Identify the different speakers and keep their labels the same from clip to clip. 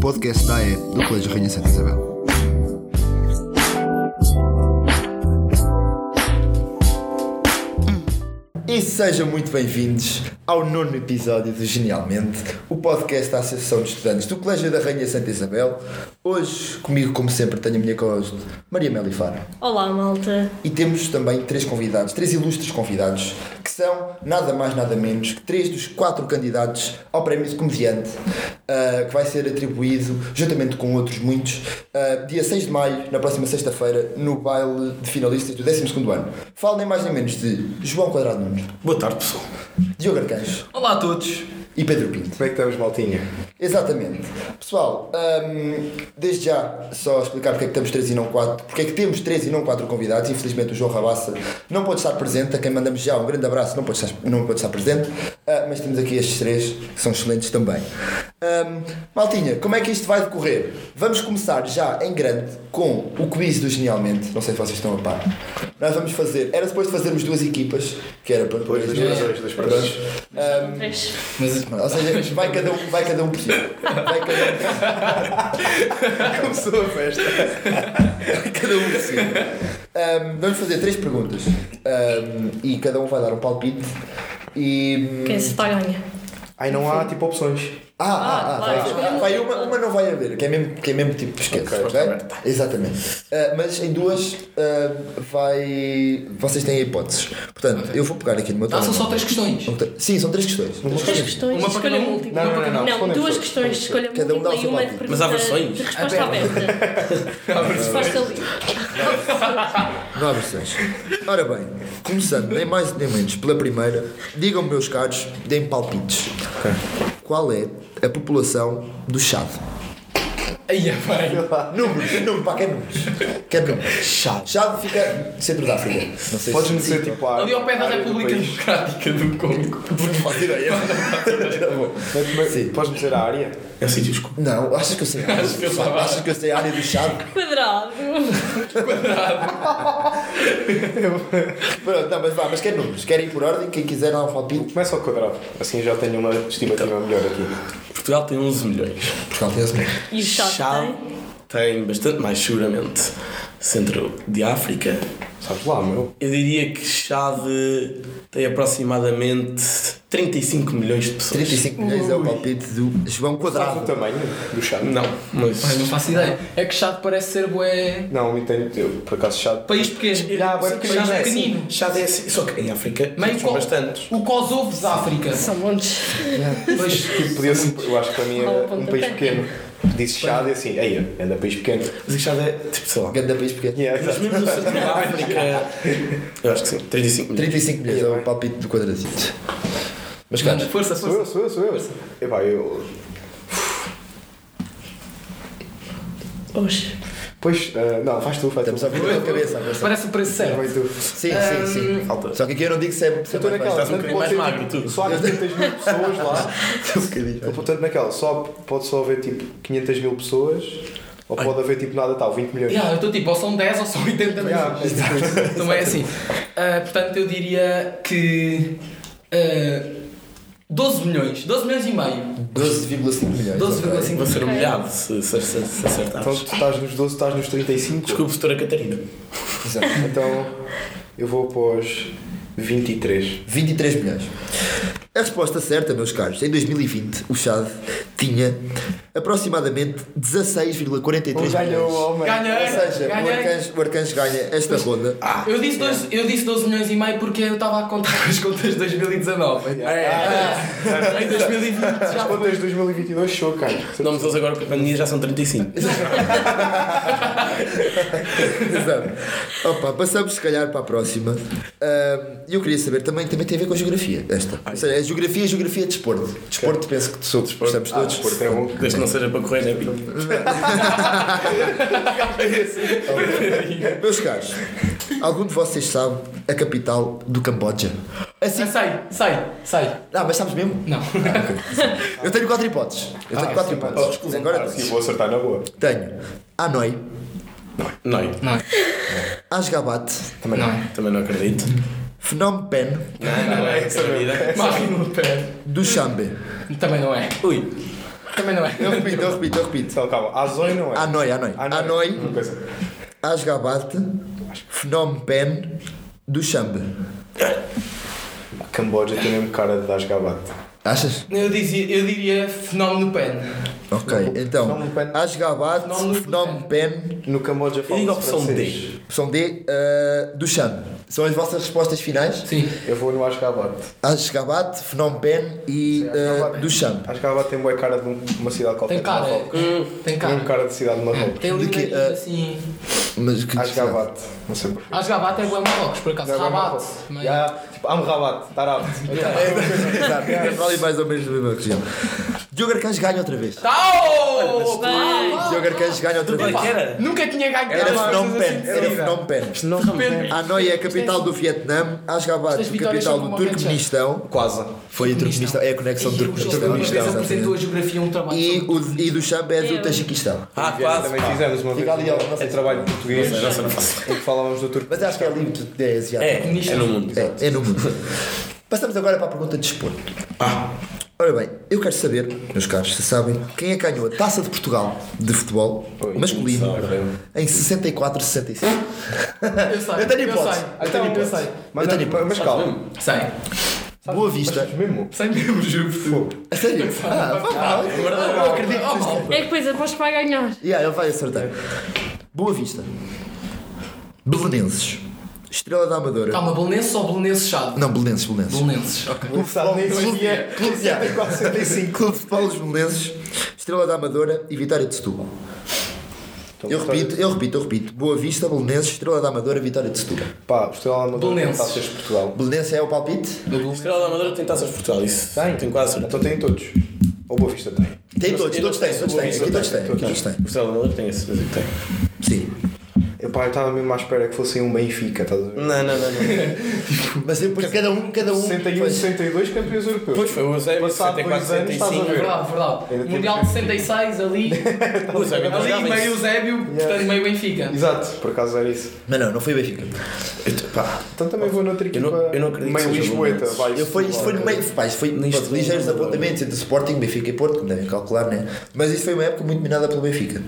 Speaker 1: podcast da AE, do Colégio Rainha Santa Isabel.
Speaker 2: E sejam muito bem-vindos ao nono episódio do Genialmente, o podcast da Associação de Estudantes do Colégio da Rainha Santa Isabel. Hoje, comigo, como sempre, tenho a minha co-host Maria Melifara.
Speaker 3: Olá, malta.
Speaker 2: E temos também três convidados, três ilustres convidados, que são nada mais nada menos que três dos quatro candidatos ao prémio de comediante, ah, que vai ser atribuído, juntamente com outros muitos, ah, dia 6 de maio, na próxima sexta-feira, no baile de finalistas do 12º ano. Falo nem mais nem menos de João Quadrado Nunes,
Speaker 4: Boa tarde, pessoal.
Speaker 2: Diogo Arcanjo
Speaker 4: Olá a todos.
Speaker 2: e Pedro Pinto.
Speaker 4: Como é que estamos, maltinha?
Speaker 2: Exatamente. Pessoal, hum, desde já só explicar porque é que temos 3 e não 4, porque é que temos 3 e não 4 convidados. Infelizmente o João Rabassa não pode estar presente, a quem mandamos já um grande abraço, não pode estar, não pode estar presente, Ah, mas temos aqui estes três que são excelentes também. Hum, Maltinha, como é que isto vai decorrer? Vamos começar já em grande com o quiz do Genialmente, não sei se vocês estão a par. Nós vamos fazer, era suposto fazermos duas equipas, que era para é?
Speaker 4: Pois, das gerações, das
Speaker 2: Pronto.
Speaker 4: pessoas.
Speaker 3: Três.
Speaker 2: Ou seja, vai cada um, vai cada um por si. Vai cada um
Speaker 4: Começou a festa.
Speaker 2: Cada um por si. Ahm, vamos fazer três perguntas. Ahm, e cada um vai dar um palpite. E.
Speaker 3: Quem se está ganha?
Speaker 4: Aí não há, tipo, opções.
Speaker 2: Ah, ah, ah,
Speaker 3: Ah,
Speaker 2: vai,
Speaker 3: claro.
Speaker 2: haver. vai uma, uma não vai haver, que é mesmo, que é mesmo tipo esquece.
Speaker 4: Ok,
Speaker 2: ok? Exatamente. Ah, mas em duas ah, vai. Vocês têm hipóteses. Portanto, eu vou pegar aqui no meu
Speaker 5: Ah, são
Speaker 2: telemóvel.
Speaker 5: só três questões.
Speaker 2: Não tem- Sim, são três questões.
Speaker 3: Três questões
Speaker 5: Uma
Speaker 3: de
Speaker 5: para
Speaker 3: escolha
Speaker 5: cada um?
Speaker 3: múltipla.
Speaker 4: Não, não, não, não, respondem
Speaker 3: duas
Speaker 4: só.
Speaker 3: questões de escolha
Speaker 2: Cada um dá o
Speaker 3: múltipla e
Speaker 2: seu
Speaker 3: uma de
Speaker 2: palpite.
Speaker 3: pergunta
Speaker 5: Mas há versões?
Speaker 3: de resposta aberta. Resposta livre.
Speaker 2: Não há versões. Ora bem, começando, nem mais nem menos, pela primeira, digam-me, meus caros, deem palpites. Qual é a população do Chad?
Speaker 5: Aí é bem.
Speaker 2: Números, números, pá, quer números. Quer números. Chad. Chad fica centro da África. Não sei
Speaker 4: Podes-me
Speaker 2: se...
Speaker 4: dizer, tipo, a
Speaker 5: Ali ao pé da
Speaker 4: área do
Speaker 5: República
Speaker 4: país.
Speaker 5: Democrática do Congo.
Speaker 2: Não faço ideia. Tá bom.
Speaker 4: Mas- mas-
Speaker 2: Sim.
Speaker 4: Podes-me dizer a área?
Speaker 5: É um sítio escuro.
Speaker 2: Não, achas que eu sei a área do Chad? Achas que eu sei a área do Chad?
Speaker 3: Quadrado.
Speaker 2: Pronto, não, mas vá, mas quer números. Querem ir por ordem, quem quiser dá um palpite.
Speaker 4: Começa ao quadrado. Assim já tenho uma estimativa melhor aqui.
Speaker 5: Portugal tem 11 milhões.
Speaker 2: Portugal tem 11 milhões.
Speaker 3: E o chato
Speaker 5: Chá
Speaker 3: tem?
Speaker 5: tem bastante mais, seguramente. Centro de África.
Speaker 4: Sabes lá, meu?
Speaker 5: Eu diria que Chave tem aproximadamente 35 milhões de pessoas.
Speaker 2: 35 milhões é o palpite do João
Speaker 4: Sabes o
Speaker 2: Quadrado.
Speaker 4: tamanho do chá?
Speaker 5: Não, mas.
Speaker 6: Ai, não faço ideia. É que chato parece ser bué.
Speaker 4: Não, eu tenho, eu, por acaso, chá.
Speaker 6: País pequeno.
Speaker 4: Já,
Speaker 5: Sim,
Speaker 4: agora
Speaker 5: mas
Speaker 4: que
Speaker 5: Chave
Speaker 6: é
Speaker 5: é
Speaker 6: assim.
Speaker 5: pequenino. Chave é assim. Só que em África
Speaker 6: Meio
Speaker 5: são
Speaker 6: co-
Speaker 5: bastantes.
Speaker 6: O Kosovo da África.
Speaker 3: São montes.
Speaker 6: Mas,
Speaker 4: Tipo, podia ser, eu acho que para mim é
Speaker 3: Ao
Speaker 4: um
Speaker 3: pontapé.
Speaker 4: país pequeno. Disse chá e assim, aí, é da país pequeno.
Speaker 5: Mas Chave é tipo, sei lá.
Speaker 2: Ganda país pequeno.
Speaker 4: Yeah,
Speaker 5: Mas
Speaker 4: exato.
Speaker 5: mesmo no centro da África. Eu acho que sim, 35 milhões.
Speaker 2: 35 milhões é o palpite do quadradito. Mas
Speaker 6: Mano,
Speaker 2: caros,
Speaker 6: força,
Speaker 4: Sou
Speaker 6: força.
Speaker 4: eu, sou eu, sou eu. Epá, eu.
Speaker 3: Hoje.
Speaker 4: Pois, ah, não, faz tu, faz tu.
Speaker 2: estamos a virar a cabeça. a pensar.
Speaker 6: Parece um preço certo.
Speaker 4: Faz tu.
Speaker 2: Sim, sim, sim.
Speaker 5: Falta.
Speaker 2: Só que aqui eu não digo se é. Se
Speaker 4: Eu estou naquela,
Speaker 5: Estás um
Speaker 4: tanto
Speaker 5: bocadinho
Speaker 4: pode
Speaker 5: mais
Speaker 4: ser,
Speaker 5: magro,
Speaker 4: tipo,
Speaker 5: tu.
Speaker 4: Só há 500 mil pessoas lá.
Speaker 2: um bocadinho.
Speaker 4: Eu, Portanto, naquela, só pode só haver tipo 500 mil pessoas, ou pode haver tipo nada tal, 20 milhões.
Speaker 6: Yeah, eu estou tipo, ou são 10 ou são 80 mil.
Speaker 4: Yeah,
Speaker 6: Não é assim. Ah, portanto, eu diria que. ah, 12 milhões. 12 milhões e meio.
Speaker 2: 12,5 milhões.
Speaker 6: 12,5
Speaker 5: Vou
Speaker 6: milhões.
Speaker 5: ser humilhado se, se, se, se
Speaker 4: Então
Speaker 5: acertares.
Speaker 4: tu estás nos 12, estás nos 35.
Speaker 5: Desculpe, doutora Catarina.
Speaker 2: Exato.
Speaker 4: Então eu vou após 23.
Speaker 2: 23 milhões. A resposta certa, meus caros, em 2020 o Chad tinha aproximadamente 16,43 milhões.
Speaker 4: homem.
Speaker 2: Ou
Speaker 6: Ganhei!
Speaker 2: seja, o
Speaker 6: ganhei.
Speaker 2: Arcanjo, o Arcanjo ganha esta ronda.
Speaker 6: Eu disse, 12, eu disse 12 milhões e meio porque eu estava a contar as contas de 2019. Ah, Em 2020
Speaker 4: As
Speaker 6: já foi.
Speaker 4: contas de 2022 show, cara.
Speaker 5: Não, mas eles agora com a pandemia já são 35.
Speaker 2: Exato. Opa, passamos se calhar para a próxima. Ah, eu queria saber também, também tem a ver com a geografia. Esta. Ou seja, é geografia, geografia de desporto. Desporto, penso que sou, estamos
Speaker 4: Ah,
Speaker 2: todos.
Speaker 4: desporto é bom.
Speaker 5: Desde que não seja para correr, né?
Speaker 2: Meus caros, algum de vocês sabe a capital do Camboja? Assim,
Speaker 6: Sai, sai, sai.
Speaker 2: ah, mas sabes mesmo?
Speaker 6: Não.
Speaker 2: Eu tenho quatro hipóteses. Eu tenho quatro hipóteses. Agora
Speaker 4: ah, Sim, vou acertar na boa.
Speaker 2: tenho Hanoi,
Speaker 5: Não,
Speaker 6: Não,
Speaker 2: Asgabat,
Speaker 5: também não. é. Também não acredito.
Speaker 2: Phnom Penh,
Speaker 5: Não, não, é essa vida.
Speaker 6: Mário no pé.
Speaker 2: Dushanbe.
Speaker 6: Também não é.
Speaker 5: Ui,
Speaker 6: Também não é.
Speaker 2: Eu repito, eu repito, eu repito.
Speaker 4: Então, calma. Azoi não é.
Speaker 2: Hanoi, Hanoi.
Speaker 4: Hanoi.
Speaker 2: Hanoi,
Speaker 4: Uma coisa.
Speaker 2: Asgabat, Phnom Penh, Dushanbe.
Speaker 4: A Camboja tem mesmo cara de Ashgabat.
Speaker 2: Achas?
Speaker 6: Eu, dizia, eu diria fenómeno pen.
Speaker 2: Ok, então.
Speaker 4: Phnom Penh.
Speaker 2: Asgabat,
Speaker 6: Phnom
Speaker 2: Phnom Penh,
Speaker 4: No Camboja
Speaker 5: Eu
Speaker 4: fala
Speaker 5: digo a opção
Speaker 4: francês.
Speaker 5: D.
Speaker 2: opção D, uh, Dushanbe. São as vossas respostas finais?
Speaker 6: Sim.
Speaker 4: Eu vou no Ashgabat.
Speaker 2: Asgabat, Phnom Penh e uh, Dushanbe.
Speaker 4: Ashgabat tem boa cara de um- uma cidade qualquer.
Speaker 6: Tem
Speaker 4: de
Speaker 6: cara.
Speaker 4: Marrocos.
Speaker 6: Tem
Speaker 4: um Tem um
Speaker 6: cara.
Speaker 4: cara de cidade de Marrocos.
Speaker 6: Tem
Speaker 2: De que,
Speaker 6: linhas
Speaker 2: eh,
Speaker 6: assim.
Speaker 2: Mas que
Speaker 4: Ashgabat. Não sei porquê.
Speaker 6: Asgabat é bom Marrocos, por acaso.
Speaker 4: Não é
Speaker 6: Rabat.
Speaker 4: Marrocos.
Speaker 6: mas-
Speaker 4: Ya, Tipo, Amrabat, Tarabt.
Speaker 2: Exato, é para ali mais ou menos da mesma região. Diogo Arcanjo ganha outra vez.
Speaker 6: Tau!
Speaker 3: Bem.
Speaker 2: Diogo Arcanjo ganha outra vez.
Speaker 5: é que era?
Speaker 6: Nunca tinha ganho
Speaker 2: Era
Speaker 6: tantas
Speaker 2: Phnom
Speaker 6: coisas
Speaker 2: Penh,
Speaker 6: assim.
Speaker 2: era Phnom Penh.
Speaker 4: Não,
Speaker 2: Hanoi é a capital do Vietnã, Asgabat,
Speaker 6: Estas
Speaker 2: a
Speaker 6: vitórias
Speaker 2: capital
Speaker 6: são
Speaker 2: do
Speaker 6: como uma
Speaker 2: Turquemistão.
Speaker 4: quase.
Speaker 2: Foi em Turquemistão, é a conexão do
Speaker 6: Eles uma
Speaker 2: Turquemistão.
Speaker 6: vez apresentou a
Speaker 2: exatamente.
Speaker 6: geografia um trabalho.
Speaker 2: E,
Speaker 6: sobre-
Speaker 2: o, e do Xambe é do Tajiquistão.
Speaker 5: Ah, quase.
Speaker 4: Também
Speaker 5: pá.
Speaker 4: fizemos uma vez.
Speaker 2: Fica ali, ó, não sei
Speaker 4: É
Speaker 2: se-
Speaker 4: trabalho português.
Speaker 5: Não sei, não faço.
Speaker 4: Em que falávamos do turco.
Speaker 2: Mas acho que é ali muito é
Speaker 5: É,
Speaker 2: asiático.
Speaker 5: é no mundo.
Speaker 2: É, é no mundo. Passamos agora para a pergunta de desporto.
Speaker 4: Ah.
Speaker 2: Ora bem, eu quero saber, meus caros, se sabem, quem é que ganhou a Taça de Portugal de futebol masculino em 64-65.
Speaker 6: Eu sei.
Speaker 2: Eu tenho hipótese.
Speaker 6: sei,
Speaker 2: Eu
Speaker 6: Então, Eu
Speaker 2: tenho
Speaker 6: tenho, eu
Speaker 2: hipótese.
Speaker 6: sei.
Speaker 4: Hum? Mas,
Speaker 2: Eu tenho
Speaker 4: não, mas, mas calma.
Speaker 6: Sei.
Speaker 2: Boa Vista.
Speaker 4: Mesmo.
Speaker 6: Sei mesmo, juro.
Speaker 2: A sério? Ah, vá lá. Eu não acredito.
Speaker 3: É que depois aposto que vai ganhar.
Speaker 2: Yeah, ele vai acertar. Boa Vista. Belenenses. Estrela da Amadora.
Speaker 6: Calma, Belenenses ou Belenenses Chado?
Speaker 2: Não, Belenenses, Belenenses.
Speaker 6: Belenenses, ok.
Speaker 4: Começado nem
Speaker 2: Clube-
Speaker 4: sabia.
Speaker 2: Clube- yeah. Clube de Futebol dos Belenenses, Estrela da Amadora e Vitória de Setúbal.
Speaker 4: Então,
Speaker 2: Eu repito, eu repito, eu repito. Boa Vista, Belenenses, Estrela da Amadora, Vitória de Setúbal.
Speaker 4: Pá, Portugal é não tem
Speaker 6: Belenenses.
Speaker 4: taças de Portugal.
Speaker 2: Belenense é o palpite?
Speaker 5: Estrela da Amadora tem taças de Portugal, isso. Tenho quase certeza.
Speaker 4: Então tem todos. Ou Boa Vista tem.
Speaker 2: Tem
Speaker 5: Então,
Speaker 2: todos, todos têm, todos têm. Aqui todos têm, aqui todos têm.
Speaker 5: O Estrela da Amadora tem esse, tem.
Speaker 2: Sim.
Speaker 4: Eu, pá, eu estava mesmo à espera que fossem um Benfica, estás a ver?
Speaker 5: Não, não, não. não.
Speaker 2: Mas depois cada um, cada um.
Speaker 4: 61,
Speaker 2: Pois.
Speaker 4: 62 campeões europeus.
Speaker 5: Pois foi o Eusébio,
Speaker 4: Passado dois
Speaker 5: 64,
Speaker 4: anos, estás a
Speaker 5: 65.
Speaker 4: ver.
Speaker 6: Verdade, verdade.
Speaker 4: Ainda
Speaker 6: Mundial de
Speaker 4: tem-
Speaker 6: 66 ali.
Speaker 5: O Eusébio não
Speaker 6: Ali
Speaker 5: jogava
Speaker 6: meio
Speaker 5: isso.
Speaker 6: Eusébio, portanto meio Benfica.
Speaker 4: Exato, por acaso era isso.
Speaker 2: Não, não, não foi o Benfica.
Speaker 5: Eu- Pá,
Speaker 4: Então também vou noutra equipa.
Speaker 5: não- eu não acredito que
Speaker 4: meio
Speaker 5: seja
Speaker 4: Lisboeta,
Speaker 5: Belenenses.
Speaker 4: vai.
Speaker 2: Eu fui, isto foi no meio, pá, isto foi
Speaker 5: Nisto
Speaker 2: pronto, ligeiros
Speaker 5: não-
Speaker 2: apontamentos entre Sporting, Benfica e Porto, como devem calcular, né? Mas isto foi uma época muito minada pelo Benfica,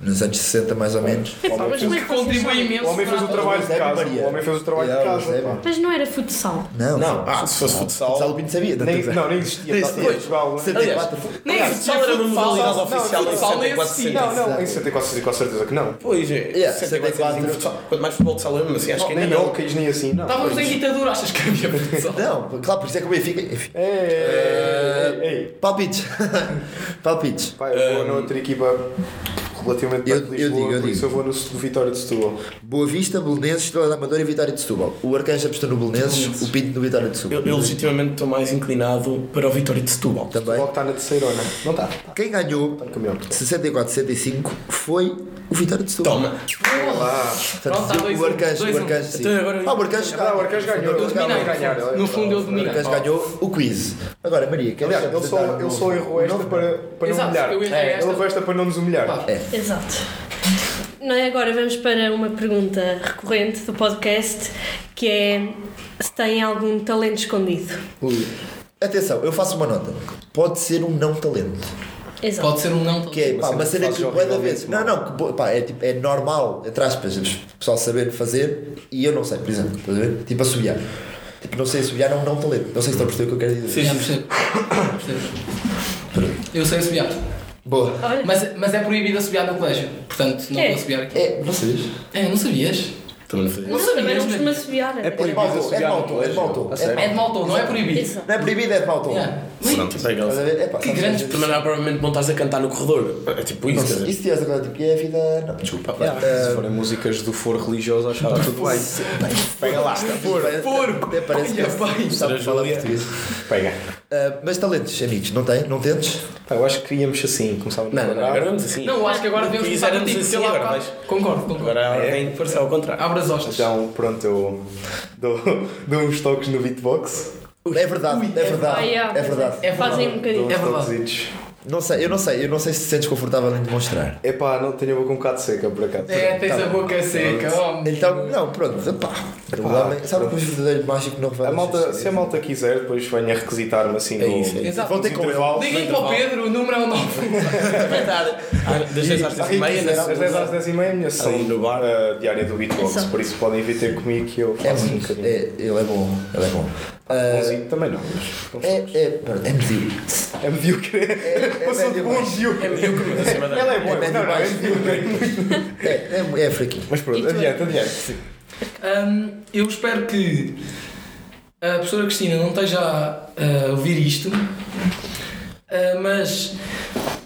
Speaker 2: nos anos 60 mais ou menos.
Speaker 3: É pá, mas como é que vocês
Speaker 6: Contribui
Speaker 3: sabem?
Speaker 6: imenso.
Speaker 4: O homem fez o
Speaker 6: para-
Speaker 4: trabalho de
Speaker 2: Eusébio
Speaker 4: casa.
Speaker 2: Maria. Ah,
Speaker 4: O homem fez o trabalho de
Speaker 2: Yeah,
Speaker 4: casa.
Speaker 2: Eusébio.
Speaker 4: pá.
Speaker 3: Mas não era futsal.
Speaker 2: é, Não,
Speaker 5: Não,
Speaker 2: ah,
Speaker 5: ah, se fosse
Speaker 2: o
Speaker 5: futsal.
Speaker 2: Salubino sabia, não
Speaker 4: Nem,
Speaker 2: tem-
Speaker 4: não, nem existia.
Speaker 2: Nem
Speaker 4: tá-
Speaker 2: existia.
Speaker 4: Portugal, né?
Speaker 2: 74.
Speaker 6: Nem
Speaker 5: Aliás,
Speaker 6: futsal
Speaker 5: futsal era uma
Speaker 6: futsal.
Speaker 5: modalidade
Speaker 6: Não,
Speaker 5: oficial em
Speaker 6: futsal
Speaker 5: 64,
Speaker 6: esse sim.
Speaker 5: 65.
Speaker 4: Não, não, em 74, 64, certeza que não.
Speaker 5: Pois é,
Speaker 2: Yeah,
Speaker 5: 64,
Speaker 2: 64.
Speaker 5: futsal. Quanto mais futebol de salão, mas assim, acho que ainda
Speaker 4: Nem
Speaker 5: não.
Speaker 4: óculos, nem assim, não.
Speaker 6: Estávamos em ditadura, achas que havia futsal?
Speaker 2: Não, claro, por isso é que o Benfica. enfim.
Speaker 4: Ei, ei, ei.
Speaker 2: Palpites. Palpites.
Speaker 4: é, Pá, eu vou noutra equipa relativamente
Speaker 2: Eu-
Speaker 4: perto de
Speaker 2: eu
Speaker 4: Lisboa,
Speaker 2: digo, eu
Speaker 4: por isso
Speaker 2: digo.
Speaker 4: eu vou no Sud- Vitória de Setúbal.
Speaker 2: Boa Vista, Belenenses, Estrela da Amadora e Vitória de Setúbal. O Arcanjo apostou no Belenenses, o Pinto no Vitória de Setúbal.
Speaker 5: Eu, eu legitimamente estou mais inclinado para o Vitória de Setúbal.
Speaker 4: Logo
Speaker 2: Também.
Speaker 4: está na terceirona. Não está.
Speaker 2: Quem ganhou
Speaker 4: Campeão.
Speaker 2: 64-65 foi o Vitória de Setúbal.
Speaker 5: Toma!
Speaker 2: Portanto,
Speaker 6: Pronto, há dois
Speaker 2: o
Speaker 6: um,
Speaker 2: Arcanjo,
Speaker 6: dois
Speaker 2: o
Speaker 6: um.
Speaker 2: Arcanjo, sim.
Speaker 5: Então agora-
Speaker 2: Ah, o Arcanjo
Speaker 4: Ah, o Arcanjo ganhou.
Speaker 2: O
Speaker 6: Eu
Speaker 2: Arcanjo
Speaker 6: dominei.
Speaker 2: ganhou.
Speaker 4: ganhar, ela-
Speaker 6: No fundo eu
Speaker 2: O
Speaker 6: dominei.
Speaker 2: Arcanjo ganhou o quiz. Agora, Maria, um- quer
Speaker 4: Aliás, ele só, ele só errou esta para, para um não
Speaker 6: Exato,
Speaker 4: humilhar.
Speaker 6: eu errei
Speaker 4: É,
Speaker 6: esta.
Speaker 4: Ele errou esta para não nos humilhar.
Speaker 6: Pá.
Speaker 3: Exato. Não é? Agora vamos para uma pergunta recorrente do podcast que é se tem algum talento escondido.
Speaker 2: Atenção, eu faço uma nota. Pode ser um não talento.
Speaker 3: Exato.
Speaker 6: Pode ser um não.
Speaker 2: Que é, pá,
Speaker 4: cena
Speaker 2: uma
Speaker 4: que
Speaker 2: cena que
Speaker 4: fazes
Speaker 2: bué da
Speaker 4: horrivelmente
Speaker 2: vez. Não, não, que, bo- pá, é, tipo, é normal, entre aspas, o pessoal saber fazer e eu não sei, por exemplo, estás a ver? Tipo, assobiar. Tipo, não sei assobiar é um não talento. Não sei se estão a perceber o que eu quero dizer.
Speaker 6: Sim, já percebo. Eu sei assobiar.
Speaker 2: Boa.
Speaker 3: Olha,
Speaker 6: Mas, mas é proibido assobiar no colégio. Portanto, não
Speaker 3: É.
Speaker 6: vou assobiar aqui.
Speaker 2: É, vocês?
Speaker 6: É, não sabias?
Speaker 5: Também não fazia.
Speaker 3: não, também não
Speaker 6: sabias,
Speaker 3: costumo assobiar.
Speaker 4: É
Speaker 2: É de mau tom, é de
Speaker 4: assobiar
Speaker 2: mau
Speaker 4: no
Speaker 2: tom, é de mau tom.
Speaker 4: colégio. A
Speaker 2: É de
Speaker 4: sério?
Speaker 2: mau
Speaker 6: É de mau tom, não é proibido.
Speaker 3: Exato.
Speaker 2: Não é proibido, é de mau tom.
Speaker 6: Yeah.
Speaker 5: Pronto, está legal.
Speaker 2: Estás a ver? É pá,
Speaker 6: Que
Speaker 2: sabes,
Speaker 6: grande
Speaker 5: Também não há provavelmente não estás a cantar no corredor. É tipo isso,
Speaker 2: não
Speaker 5: quer
Speaker 2: sei, E
Speaker 5: dizer.
Speaker 2: se tiveres agora, tipo, é a vida. Não, desculpa.
Speaker 5: Pá, pá.
Speaker 4: Se forem músicas do foro religioso, acho que está tudo bem. Pega lá.
Speaker 2: Porco! Porco! Até Tipo, parece que é sabe falar português.
Speaker 4: Pega.
Speaker 2: Ah, Mas talentos, amigos, não tem? Não tentes?
Speaker 4: Pá, eu acho que íamos assim, começávamos
Speaker 5: Não, não, não,
Speaker 4: quadrado.
Speaker 5: agora vamos assim.
Speaker 6: Não, eu acho que agora
Speaker 5: No
Speaker 6: devemos
Speaker 5: quiz
Speaker 6: começar
Speaker 5: éramos
Speaker 6: contigo.
Speaker 5: assim,
Speaker 6: tipo, sei lá,
Speaker 5: agora
Speaker 6: pá.
Speaker 5: vais.
Speaker 6: Concordo, concordo.
Speaker 5: Agora
Speaker 4: É.
Speaker 5: alguém força ao contrário.
Speaker 6: Abre as hostas.
Speaker 4: Então, pronto, eu dou, dou uns toques no beatbox.
Speaker 2: É verdade, é
Speaker 3: Ah,
Speaker 2: verdade.
Speaker 3: yeah.
Speaker 2: É verdade.
Speaker 6: É verdade.
Speaker 3: Fazem um
Speaker 4: Dou
Speaker 3: bocadinho.
Speaker 4: uns
Speaker 6: É verdade.
Speaker 4: toquezitos.
Speaker 2: Não sei, eu não sei, eu não sei se te sentes confortável em demonstrar.
Speaker 4: Epá, não tenho a boca um bocado seca por acaso.
Speaker 6: É, tens
Speaker 2: Tá
Speaker 6: a
Speaker 2: bem.
Speaker 6: boca seca. Oh,
Speaker 2: Então, não, pronto, epá. O homem, sabe que o verdadeiro mágico não assim. revela
Speaker 4: A malta,
Speaker 2: os
Speaker 4: se a malta quiser, depois venha requisitar-me assim
Speaker 2: segredos. É
Speaker 4: no-
Speaker 2: isso, é isso.
Speaker 6: Exato.
Speaker 2: Voltem com ele.
Speaker 4: né?
Speaker 6: Liguem para o Pedro, o número é o 9.
Speaker 5: Das 10 às 10 e meia, né?
Speaker 4: Às 10 às 10 e meia, a minha sessão
Speaker 5: no bar.
Speaker 4: eh, diária do Beatbox,
Speaker 3: Exato.
Speaker 4: por isso podem vir ter comigo que eu
Speaker 2: É
Speaker 4: faço um
Speaker 2: muito, é,
Speaker 4: bocadinho.
Speaker 2: ele é bom, ele é bom. Ah,
Speaker 4: Bonzinho também não, mas... então,
Speaker 2: É, é, pronto, é medíocre.
Speaker 4: É medíocre. Passou de bom medíocre.
Speaker 5: É medíocre, mas acima da
Speaker 4: Ela é boa,
Speaker 2: É médio
Speaker 4: não, não, é
Speaker 2: baixo.
Speaker 4: medíocre.
Speaker 2: É, é, é fraquinho.
Speaker 4: Mas pronto, adiante, adiante.
Speaker 6: Hum, eu espero que a professora Cristina não esteja a, a ouvir isto, Ah, mas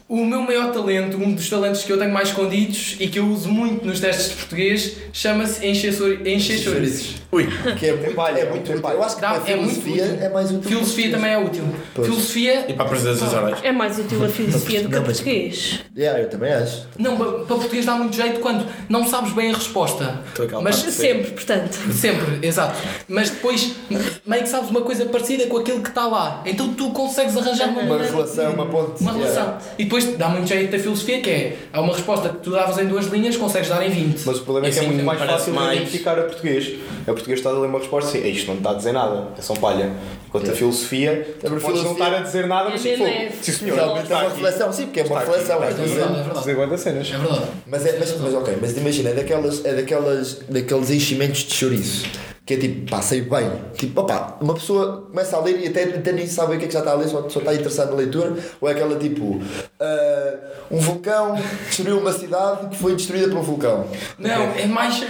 Speaker 6: o meu maior talento, um dos talentos que eu tenho mais escondidos e que eu uso muito nos testes de português, chama-se encher sori- encher chouriços.
Speaker 5: Ui,
Speaker 2: Que é muito,
Speaker 4: palha,
Speaker 2: é muito,
Speaker 4: tem palha.
Speaker 2: eu acho que
Speaker 6: Dá-
Speaker 2: a
Speaker 6: é muito
Speaker 2: filosofia
Speaker 6: útil.
Speaker 2: é mais útil.
Speaker 6: Filosofia também é útil. Filosofia.
Speaker 5: e para a presidência das orais.
Speaker 3: É mais útil a filosofia do que a português.
Speaker 6: é.
Speaker 2: Yeah, eu também acho.
Speaker 6: Não, pa- para português dá muito jeito quando não sabes bem a resposta.
Speaker 5: Tô a calmar.
Speaker 6: Mas
Speaker 5: Sim.
Speaker 3: Sempre, portanto.
Speaker 6: Sempre, exato. Mas depois meio que sabes uma coisa parecida com aquilo que está lá. Então tu consegues arranjar uma
Speaker 2: Uma
Speaker 6: maneira-
Speaker 4: é
Speaker 2: relação, uma ponte.
Speaker 6: Uma
Speaker 2: yeah.
Speaker 6: relação. E depois dá muito jeito da filosofia que é há uma resposta que tu davas em duas linhas, consegues dar em 20.
Speaker 4: Mas o problema é que é
Speaker 5: Assim,
Speaker 4: muito mais
Speaker 5: parece
Speaker 4: fácil
Speaker 5: mais-
Speaker 4: identificar a português. A português está a ler uma resposta assim, "É, isto não me está a dizer nada, é só palha. Enquanto a filosofia, tu
Speaker 2: A
Speaker 4: podes não
Speaker 2: filosofia-
Speaker 4: estar a dizer nada, mas
Speaker 3: É
Speaker 4: tipo,
Speaker 3: mesmo, é.
Speaker 4: sim senhor,
Speaker 2: Realmente é
Speaker 4: está
Speaker 2: uma
Speaker 4: aqui.
Speaker 2: reflexão, sim, porque é uma
Speaker 4: Está aqui,
Speaker 2: reflexão.
Speaker 4: está
Speaker 2: é
Speaker 4: aqui.
Speaker 6: É
Speaker 2: dizer-
Speaker 6: verdade, é verdade.
Speaker 4: Fazer guarda cenas.
Speaker 6: É verdade.
Speaker 2: Mas, é, mas, mas ok, mas imagina, é daquelas, é daquelas, daqueles enchimentos de chouriço. Que é tipo, pá, sei bem. Tipo, opá, uma pessoa começa a ler e até, até nem sabe o que é que já está a ler, só, só está interessada na leitura. Ou é aquela tipo, ah, um vulcão destruiu uma cidade que foi destruída por um vulcão.
Speaker 6: Não, é mais.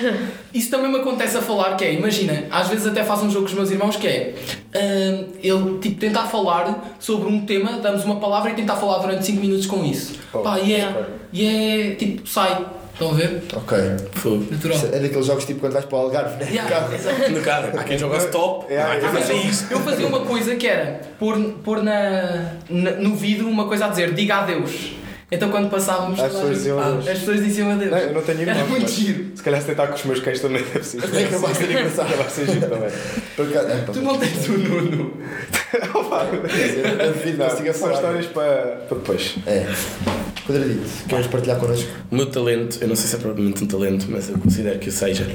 Speaker 6: Isso também me acontece a falar, que é, imagina, às vezes até faço um jogo com os meus irmãos que é. hum, ele tipo tentar falar sobre um tema, damos uma palavra e tentar falar durante 5 minutos com isso.
Speaker 4: Oh,
Speaker 6: Pá, e é.
Speaker 4: ok.
Speaker 6: E é. Tipo, sai. Estão a ver?
Speaker 2: Ok.
Speaker 5: Fogo.
Speaker 6: Natural.
Speaker 2: É daqueles jogos tipo quando vais para o Algarve, né?
Speaker 6: Yeah, exato.
Speaker 5: No carro, há quem joga stop,
Speaker 4: É,
Speaker 5: há
Speaker 4: é,
Speaker 6: Ah,
Speaker 5: quem
Speaker 4: é.
Speaker 5: faça isso.
Speaker 6: Eu fazia uma coisa que era pôr, pôr na, na- no vídeo uma coisa a dizer, diga adeus. Então quando passávamos,
Speaker 4: As
Speaker 6: toda a
Speaker 4: pessoas
Speaker 6: gente-
Speaker 4: diziam
Speaker 6: Ah,
Speaker 4: adeus.
Speaker 6: as pessoas diziam adeus.
Speaker 4: Não, eu não tenho irmãos.
Speaker 6: Era muito
Speaker 4: mas
Speaker 6: giro.
Speaker 4: Se calhar se tentar com os meus cães também deve ser.
Speaker 2: É que vai ser engraçado.
Speaker 4: Vai ser giro também.
Speaker 2: Por acaso- é, pá,
Speaker 6: Tu não tens o Nuno.
Speaker 4: Opa,
Speaker 2: eu duvido que consiga
Speaker 4: não, são
Speaker 2: falar.
Speaker 4: histórias para, para depois.
Speaker 2: É. Quadradito, queres partilhar connosco?
Speaker 5: O meu talento, eu não sei se é propriamente um talento, mas eu considero que o seja.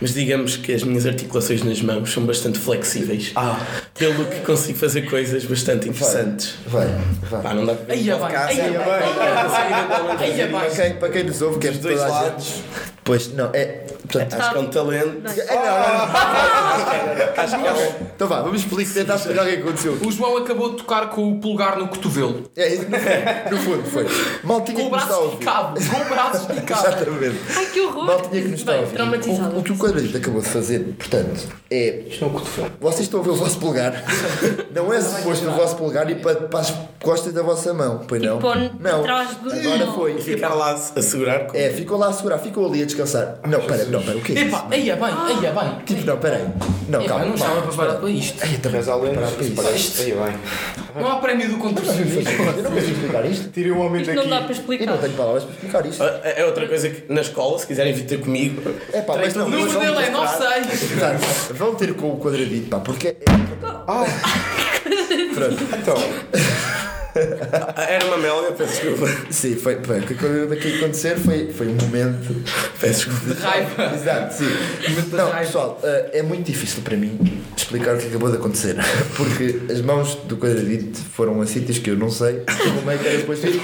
Speaker 5: Mas digamos que as minhas articulações nas mãos são bastante flexíveis.
Speaker 4: Ah.
Speaker 5: Pelo que consigo fazer coisas bastante interessantes.
Speaker 2: Vai, vai.
Speaker 5: Pá, não dá para
Speaker 6: Aí já vai. Aí
Speaker 2: é
Speaker 6: já vai. Aí é já vai.
Speaker 2: Para quem, para quem nos ouve, que é
Speaker 5: é dois
Speaker 2: toda a
Speaker 5: lados.
Speaker 2: gente. Pois, não, é. Portanto,
Speaker 5: Acho que é um talento.
Speaker 2: é, não, não,
Speaker 5: Acho que é um-
Speaker 2: não. Então vá, vamos explicar, tentar explicar o que é que aconteceu.
Speaker 6: O João acabou de tocar com o polegar no cotovelo.
Speaker 2: É isso, no fundo, no fundo foi. Mal tinha
Speaker 6: Com
Speaker 2: é que
Speaker 6: o
Speaker 2: nos está a
Speaker 6: braço
Speaker 2: ouvir.
Speaker 6: esticado. Com o braço esticado.
Speaker 2: Exatamente.
Speaker 3: Ai, que horror!
Speaker 2: Mal tinha que nos está a
Speaker 3: Bem,
Speaker 2: ouvir.
Speaker 3: traumatizada.
Speaker 2: O, o que o quadradito acabou de fazer, portanto, é.
Speaker 4: Isto
Speaker 5: um
Speaker 4: não cotovelo.
Speaker 2: Vocês estão a ver o vosso polegar. Não é suposto o vosso polegar ir para, para as costas da vossa mão, pois
Speaker 3: E
Speaker 2: não?
Speaker 3: pôr
Speaker 2: não.
Speaker 3: Tipo, atrás do-
Speaker 2: Agora foi.
Speaker 5: E ficar lá a segurar. com-
Speaker 2: É, ficou lá a segurar, ficou ali a descansar. Não, pera, não, pera, o que é isso?
Speaker 6: Epá, aí é bem. Aí é bem.
Speaker 2: Tipo, não, peraí. Não,
Speaker 6: Epá,
Speaker 2: calma.
Speaker 6: eu não estava preparado para isto.
Speaker 2: Ai, eu também
Speaker 4: Mas
Speaker 2: não
Speaker 4: além
Speaker 2: estava
Speaker 4: disso,
Speaker 2: preparado para isso.
Speaker 4: parece- aí vai.
Speaker 6: Não há prémio do concurso.
Speaker 2: Eu é não vou explicar isto.
Speaker 4: Tirei um homem
Speaker 3: Isto
Speaker 4: daqui.
Speaker 3: não dá para
Speaker 2: Eu
Speaker 3: explicar.
Speaker 2: não tenho palavras para explicar isto.
Speaker 5: É é outra coisa que na escola, se quiserem vir ter comigo,
Speaker 2: É pá, mas não.
Speaker 6: O número dele é 96.
Speaker 2: Portanto, vão ter com o quadradito, pá, porque. é-
Speaker 4: Então,
Speaker 5: era uma melga, peço desculpa.
Speaker 2: Sim, foi. foi o que acabou daqui acontecer foi, foi um momento.
Speaker 5: Peço desculpa.
Speaker 6: De raiva. Um
Speaker 2: Exato, sim.
Speaker 6: Momento de
Speaker 2: Não,
Speaker 6: raiva.
Speaker 2: pessoal, eh, é muito difícil para mim explicar o que acabou de acontecer. Porque as mãos do quadradito foram a sítios que eu não sei como é que era depois disso.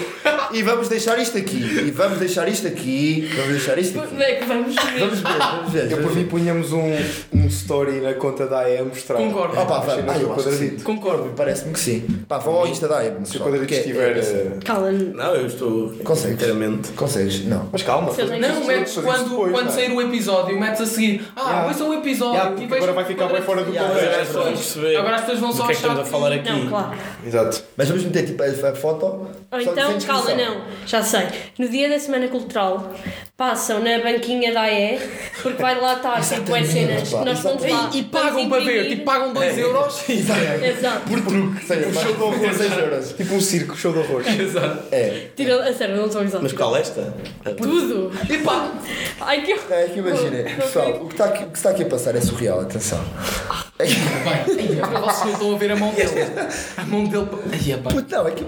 Speaker 2: E vamos deixar isto aqui. E vamos deixar isto aqui. Vamos deixar isto aqui.
Speaker 3: Onde é que vamos ver?
Speaker 2: Vamos ver, vamos ver.
Speaker 4: eu por
Speaker 2: vamos ver.
Speaker 4: mim punhamos um, um story na conta da AE a mostrar.
Speaker 6: Concordo.
Speaker 2: Opa, vai,
Speaker 4: Imagina
Speaker 2: ah,
Speaker 4: se o
Speaker 2: eu acho que sim.
Speaker 4: quadradito.
Speaker 6: Concordo.
Speaker 2: Parece-me que sim. Pá, vão ao Insta é da Emo.
Speaker 4: Se o quadradito estiver. eh,
Speaker 3: Cala-me.
Speaker 5: Não, eu estou
Speaker 2: Consegues.
Speaker 5: inteiramente.
Speaker 2: Consegues? Não.
Speaker 4: Mas calma,
Speaker 3: Sim,
Speaker 4: fazemos
Speaker 6: Não,
Speaker 4: isto
Speaker 6: metes
Speaker 4: depois,
Speaker 6: quando,
Speaker 4: depois,
Speaker 6: quando
Speaker 4: não é?
Speaker 6: sair o episódio, metes a seguir. Ah,
Speaker 4: Yeah.
Speaker 6: pois é um episódio.
Speaker 4: Yeah,
Speaker 6: e
Speaker 4: porque
Speaker 6: vejo
Speaker 4: agora vai ficar bem fora do
Speaker 6: Yeah,
Speaker 4: contexto. é?
Speaker 6: agora as pessoas-
Speaker 5: Vão perceber
Speaker 6: Agora as pessoas vão
Speaker 5: do
Speaker 6: só
Speaker 5: que é que
Speaker 6: achar.
Speaker 5: estamos a falar aqui.
Speaker 3: Não, claro.
Speaker 4: Exato.
Speaker 2: Mas vamos meter tipo a, a foto.
Speaker 3: Ou
Speaker 2: só que sem
Speaker 3: então,
Speaker 2: descrição.
Speaker 3: calma, não, já sei. No dia da Semana Cultural, passam na banquinha da AE, porque vai lá estar tipo as cenas
Speaker 2: pá,
Speaker 3: que nós fomos lá.
Speaker 6: E, e pagam para ver, tipo, pagam 2
Speaker 5: É.
Speaker 6: euros.
Speaker 3: Exato.
Speaker 2: Por truque, sei lá.
Speaker 4: Tipo um show de horror.
Speaker 2: 6 euros.
Speaker 4: Tipo um circo, show de horror.
Speaker 6: Exato.
Speaker 2: É.
Speaker 3: Tira a sério, não estou a usar.
Speaker 5: Mas qual é esta?
Speaker 3: Tudo!
Speaker 6: Epá,
Speaker 3: Ai que
Speaker 2: É que imagina, pessoal, o que, está aqui, o que está aqui a passar é surreal, atenção.
Speaker 6: bem, ai, vocês não estão a ver a mão dele. A mão dele. Ai, epá.
Speaker 2: Puto, não, é que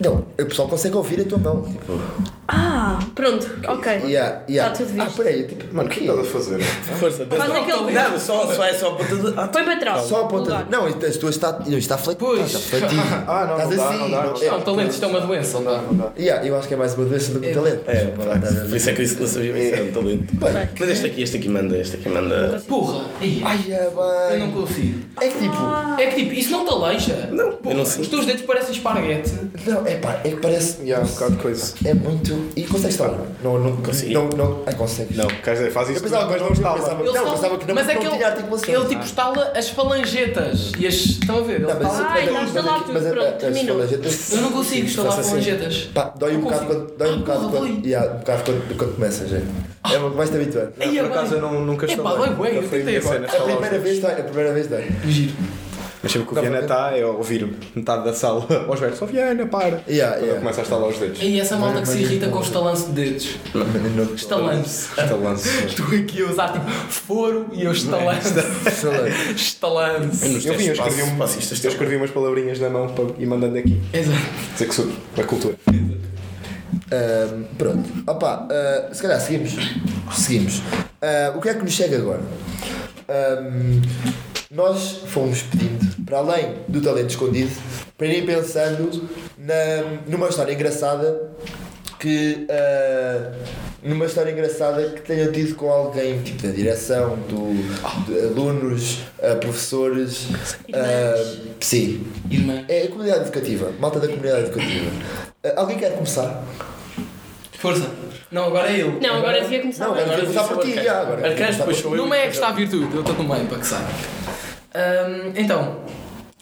Speaker 2: Não, o pessoal consegue ouvir a tua mão. Tipo,
Speaker 3: Ah, pronto, ok.
Speaker 2: yeah, yeah.
Speaker 3: Está tudo
Speaker 2: ah,
Speaker 3: visto.
Speaker 2: peraí, tipo,
Speaker 4: Mano, o que é que estás a fazer?
Speaker 5: Força,
Speaker 3: Faz
Speaker 5: não,
Speaker 3: aquele-
Speaker 5: Não, só, só é só a ponta de. Ah,
Speaker 3: Põe para trás.
Speaker 2: Só a ponta.
Speaker 3: Lugar.
Speaker 2: Não, isto- as tuas está. Não, isto está flat.
Speaker 6: Pois.
Speaker 2: Está flatinho.
Speaker 4: Ah, não, não
Speaker 2: Estás
Speaker 4: dá,
Speaker 2: assim.
Speaker 4: não dá, não
Speaker 2: É,
Speaker 6: Não, talentos isto é uma doença, não dá.
Speaker 4: Não dá.
Speaker 2: yeah, eu acho que é mais uma doença do que um talento.
Speaker 5: É, por isso é que eu disse que não sabia mas é um talento. Mas este aqui, este aqui manda, este aqui manda.
Speaker 6: Porra, aí,
Speaker 2: Ai, é
Speaker 6: eu
Speaker 2: bem.
Speaker 6: não consigo.
Speaker 2: É que tipo.
Speaker 6: É que tipo, isso não te aleixa. Não,
Speaker 5: eu não sei.
Speaker 6: Os teus dedos parecem esparguete.
Speaker 2: Não, é pá, é que parece.
Speaker 4: E há um bocado de coisa.
Speaker 2: É muito. E consegues estar? Não, não
Speaker 5: Consegui.
Speaker 2: Não, não. Ai, consegues.
Speaker 4: Não, quer dizer, faz
Speaker 2: Eu
Speaker 4: isso.
Speaker 2: pensava que
Speaker 4: mas
Speaker 2: não,
Speaker 4: não
Speaker 2: eu
Speaker 4: estava.
Speaker 2: pensava,
Speaker 6: Ele
Speaker 2: não,
Speaker 6: só-
Speaker 2: pensava que não,
Speaker 6: mas
Speaker 2: mas
Speaker 6: é
Speaker 2: não
Speaker 6: que
Speaker 2: tinha
Speaker 6: ele,
Speaker 2: articulação.
Speaker 6: ele tipo Ah, estala as falangetas. E as, estão a ver? Ele
Speaker 2: Não, mas
Speaker 6: estala-
Speaker 2: isso-
Speaker 3: Ai,
Speaker 2: mas-
Speaker 3: já
Speaker 2: mas-
Speaker 3: está lá
Speaker 2: mas-
Speaker 3: tudo,
Speaker 2: mas-
Speaker 3: pronto,
Speaker 2: as
Speaker 3: terminou.
Speaker 2: falangetas-
Speaker 6: Eu não consigo estalar
Speaker 5: Faça assim.
Speaker 6: falangetas.
Speaker 2: Pá, dói um
Speaker 6: Não
Speaker 2: bocado
Speaker 6: consigo.
Speaker 2: quando. Dói um
Speaker 6: Ah,
Speaker 2: bocado
Speaker 6: porra,
Speaker 2: quando.
Speaker 6: dói.
Speaker 2: Yeah, um bocado quando, quando começas, é. É uma que vais te habituar.
Speaker 6: Ai,
Speaker 4: Por
Speaker 6: é bem.
Speaker 4: acaso eu não, nunca
Speaker 6: É
Speaker 4: estou
Speaker 6: pá, vai, vai, eu
Speaker 4: foi a
Speaker 6: tentei
Speaker 4: minha
Speaker 6: agora.
Speaker 4: cena.
Speaker 2: A
Speaker 4: falar.
Speaker 2: primeira vez dói, a primeira vez dói.
Speaker 6: Giro.
Speaker 4: Mas sempre que o Viana
Speaker 2: mas-
Speaker 4: está, é ouvir metade da sala. Aos berros, só Viana, para.
Speaker 2: Yeah,
Speaker 4: Quando ele
Speaker 2: yeah.
Speaker 4: começa a estalar os dedos.
Speaker 6: E essa malta que se irrita com o estalance de dedos.
Speaker 2: Não-
Speaker 6: Estalance.
Speaker 4: Estalando-se.
Speaker 6: Estou aqui a usar tipo foro e eu estalance.
Speaker 2: Estalante.
Speaker 6: Estalance.
Speaker 4: Eu vi, eu escrevi,
Speaker 5: Passo-
Speaker 4: um,
Speaker 5: passo isto, isto
Speaker 4: eu escrevi umas palavrinhas na mão para ir mandando aqui.
Speaker 6: Exato.
Speaker 4: Dizer que sou da cultura.
Speaker 2: Ahm, pronto. Opa, ah, se calhar seguimos. Seguimos. Ah, o que é que nos chega agora? Ahm, nós fomos pedindo, para além do talento escondido, para irem pensando na, numa história engraçada que. ah, numa história engraçada que tenham tido com alguém, tipo da direção, do, de alunos, ah, professores. ah, sim.
Speaker 6: Irmã.
Speaker 2: É a comunidade educativa, malta da comunidade educativa. Ah, alguém quer começar?
Speaker 6: Força. Não, agora é eu.
Speaker 3: Não, agora devia começar.
Speaker 2: Não,
Speaker 3: bem.
Speaker 2: agora devia começar por ti.
Speaker 5: Arcanos.
Speaker 2: já, Agora
Speaker 5: Arcanos, depois sou eu.
Speaker 6: Numa é que está a virtude, eu estou no meio para que saiba. Hum, então,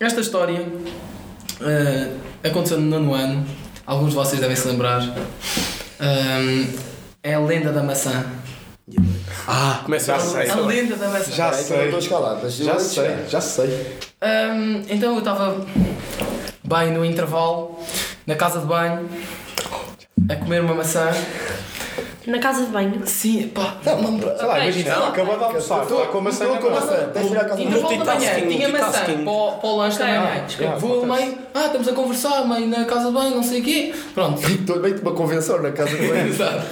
Speaker 6: esta história ah, aconteceu no nono ano, alguns de vocês devem se lembrar. Hum, é a lenda da maçã.
Speaker 4: Ah,
Speaker 5: começa a-
Speaker 6: a lenda da maçã.
Speaker 4: Já
Speaker 2: Peraí que eu não
Speaker 4: sei.
Speaker 2: estou escalado, mas eu
Speaker 4: Já
Speaker 2: vou
Speaker 4: sei,
Speaker 2: chegar.
Speaker 4: já sei.
Speaker 6: Hum, então eu estava bem no intervalo, na casa de banho, a comer uma maçã.
Speaker 3: Na casa de banho.
Speaker 6: Sim, pá,
Speaker 2: Não,
Speaker 6: não-
Speaker 2: pá,
Speaker 4: Sei lá,
Speaker 3: Ok,
Speaker 4: imagina,
Speaker 3: não.
Speaker 4: acabou de almoçar,
Speaker 2: Estou-
Speaker 4: está com a maçã
Speaker 2: estou
Speaker 4: na
Speaker 2: com a
Speaker 4: mão.
Speaker 2: maçã. Tens de tirar a casa de banho.
Speaker 6: Intervalo da manhã,
Speaker 5: Multitasking,
Speaker 6: tinha maçã
Speaker 5: multitasking.
Speaker 6: para o, para o lanche da
Speaker 3: Ah,
Speaker 6: manhã.
Speaker 4: desculpa.
Speaker 6: Vou a meio, ah, estamos a conversar, mãe, na casa de banho, não sei o quê. Pronto.
Speaker 2: Estou meio de uma convenção na casa do banho.
Speaker 6: Exato.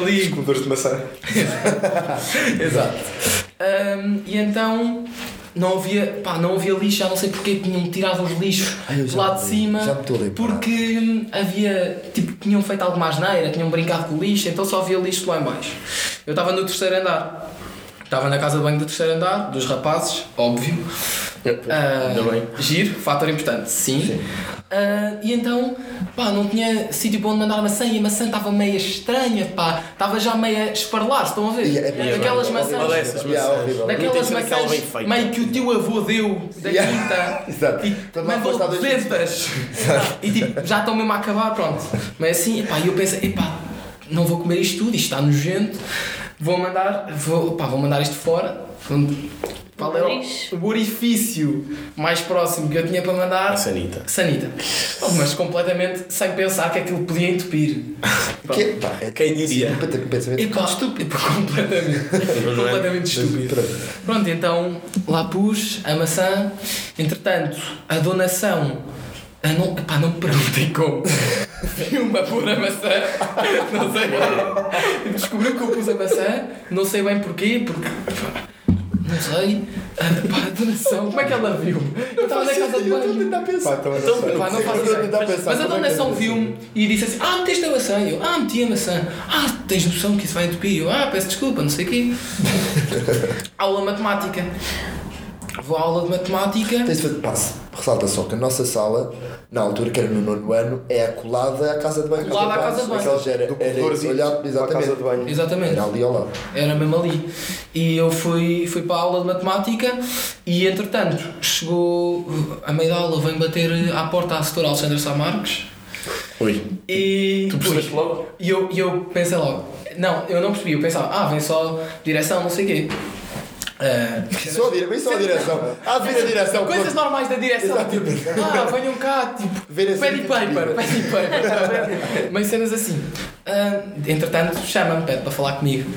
Speaker 6: Ali.
Speaker 4: Comedores de maçã.
Speaker 6: Exato. Ahm, e então não havia, pá, não havia lixo, já não sei porque tinham tirado os lixos
Speaker 2: Ai, eu
Speaker 6: de
Speaker 2: já
Speaker 6: lá
Speaker 2: me-
Speaker 6: de cima.
Speaker 2: já me estou a lembrar.
Speaker 6: porque hum, havia, tipo, tinham feito alguma asneira, tinham brincado com o lixo, então só havia lixo lá em baixo. Eu estava no terceiro andar. Estava na casa de banho do terceiro andar, dos rapazes, óbvio. Ah,
Speaker 5: Ainda bem.
Speaker 6: Giro, fator importante, sim. Ah, e então, pá, não tinha sítio bom onde mandar a maçã e a maçã estava meia estranha, pá. Estava já meia esparlar, estão a ver?
Speaker 2: Yeah, é pá,
Speaker 6: Aquelas
Speaker 2: é horrível.
Speaker 6: maçãs.
Speaker 5: Olha essas
Speaker 2: Yeah,
Speaker 5: maçãs.
Speaker 2: horrível.
Speaker 5: Tem
Speaker 6: Daquelas
Speaker 5: que ser aquela
Speaker 6: maçãs
Speaker 5: bem feita.
Speaker 6: meio que o teu avô deu da
Speaker 2: Yeah.
Speaker 6: quinta
Speaker 2: Exato.
Speaker 6: e
Speaker 2: Quando lá foste há
Speaker 6: mandou
Speaker 2: dois
Speaker 6: vendas e tipo, já estão mesmo a acabar, pronto. Mas assim, epá, eu pensei, epá, não vou comer isto tudo, isto está nojento, vou mandar, vou, pá, vou mandar isto fora. Qual era
Speaker 3: Lixo.
Speaker 6: o, o orifício mais próximo que eu tinha para mandar?
Speaker 5: A Ah, sanita.
Speaker 6: Sanita. Bom, Mas completamente sem pensar que aquilo podia entupir.
Speaker 2: Que- pá, é
Speaker 5: Quem diria?
Speaker 2: pensa- pensamento.
Speaker 6: Epá, É estúpido. Completamente. completamente estúpido.
Speaker 2: Pronto.
Speaker 6: Pronto, então lá pus a maçã. Entretanto, a donação. Ah, não, epá, não me perguntem como. Vi uma pura maçã. Não sei. Descobriu que eu pus a maçã. Não sei bem porquê, porque. Não sei. Ah, Pá, a donação. Como é que ela viu? Eu estava na casa de banho.
Speaker 4: Pá, então era
Speaker 5: Então,
Speaker 4: só-
Speaker 6: Pá, não
Speaker 2: Eu
Speaker 6: faço
Speaker 2: não
Speaker 6: ideia.
Speaker 2: estava a
Speaker 6: Mas,
Speaker 2: pensar,
Speaker 6: mas
Speaker 2: como
Speaker 6: a
Speaker 2: é
Speaker 6: dona
Speaker 2: que
Speaker 6: São
Speaker 2: era
Speaker 6: viu-me e disse assim: Ah, meteste a maçã. E eu, ah, meti a maçã. Ah, tens noção que isso vai entupir. Eu, ah, peço desculpa, não sei o quê. aula de matemática. Vou à aula de matemática.
Speaker 2: Tens de fazer. Pá, se- ressalta só que a nossa sala, na altura que era no nono ano, é a colada à casa de banho.
Speaker 6: Colada à casa de banho.
Speaker 2: Aquela já era,
Speaker 4: Do
Speaker 2: era
Speaker 4: corredorzinho
Speaker 2: olhado,
Speaker 4: para a casa de
Speaker 2: exatamente.
Speaker 4: banho.
Speaker 6: Exatamente.
Speaker 2: Era ali ao lado.
Speaker 6: Era mesmo ali. E eu fui, fui para a aula de matemática e, entretanto, chegou a meio da aula, vem bater à porta a setora Alexandra Sá Marques.
Speaker 5: Ui.
Speaker 6: E.
Speaker 5: Tu percebeste
Speaker 6: Ui.
Speaker 5: logo?
Speaker 6: E eu, e eu pensei logo, não, eu não percebi, eu pensava, ah, vem só direção, não sei o quê. Ah,
Speaker 5: Eh,
Speaker 2: Só a dire- Vem só a direção. Ah, vem a direção.
Speaker 6: coisas
Speaker 2: pronto.
Speaker 6: normais da direção.
Speaker 2: Exatamente.
Speaker 6: Tipo, ah, venham cá, tipo,
Speaker 5: é
Speaker 2: Ver assim
Speaker 6: pen and
Speaker 2: que
Speaker 6: paper,
Speaker 2: escreve.
Speaker 6: pen and paper. Mas cenas assim. Ah, Ah, entretanto, chama-me, pede para falar comigo.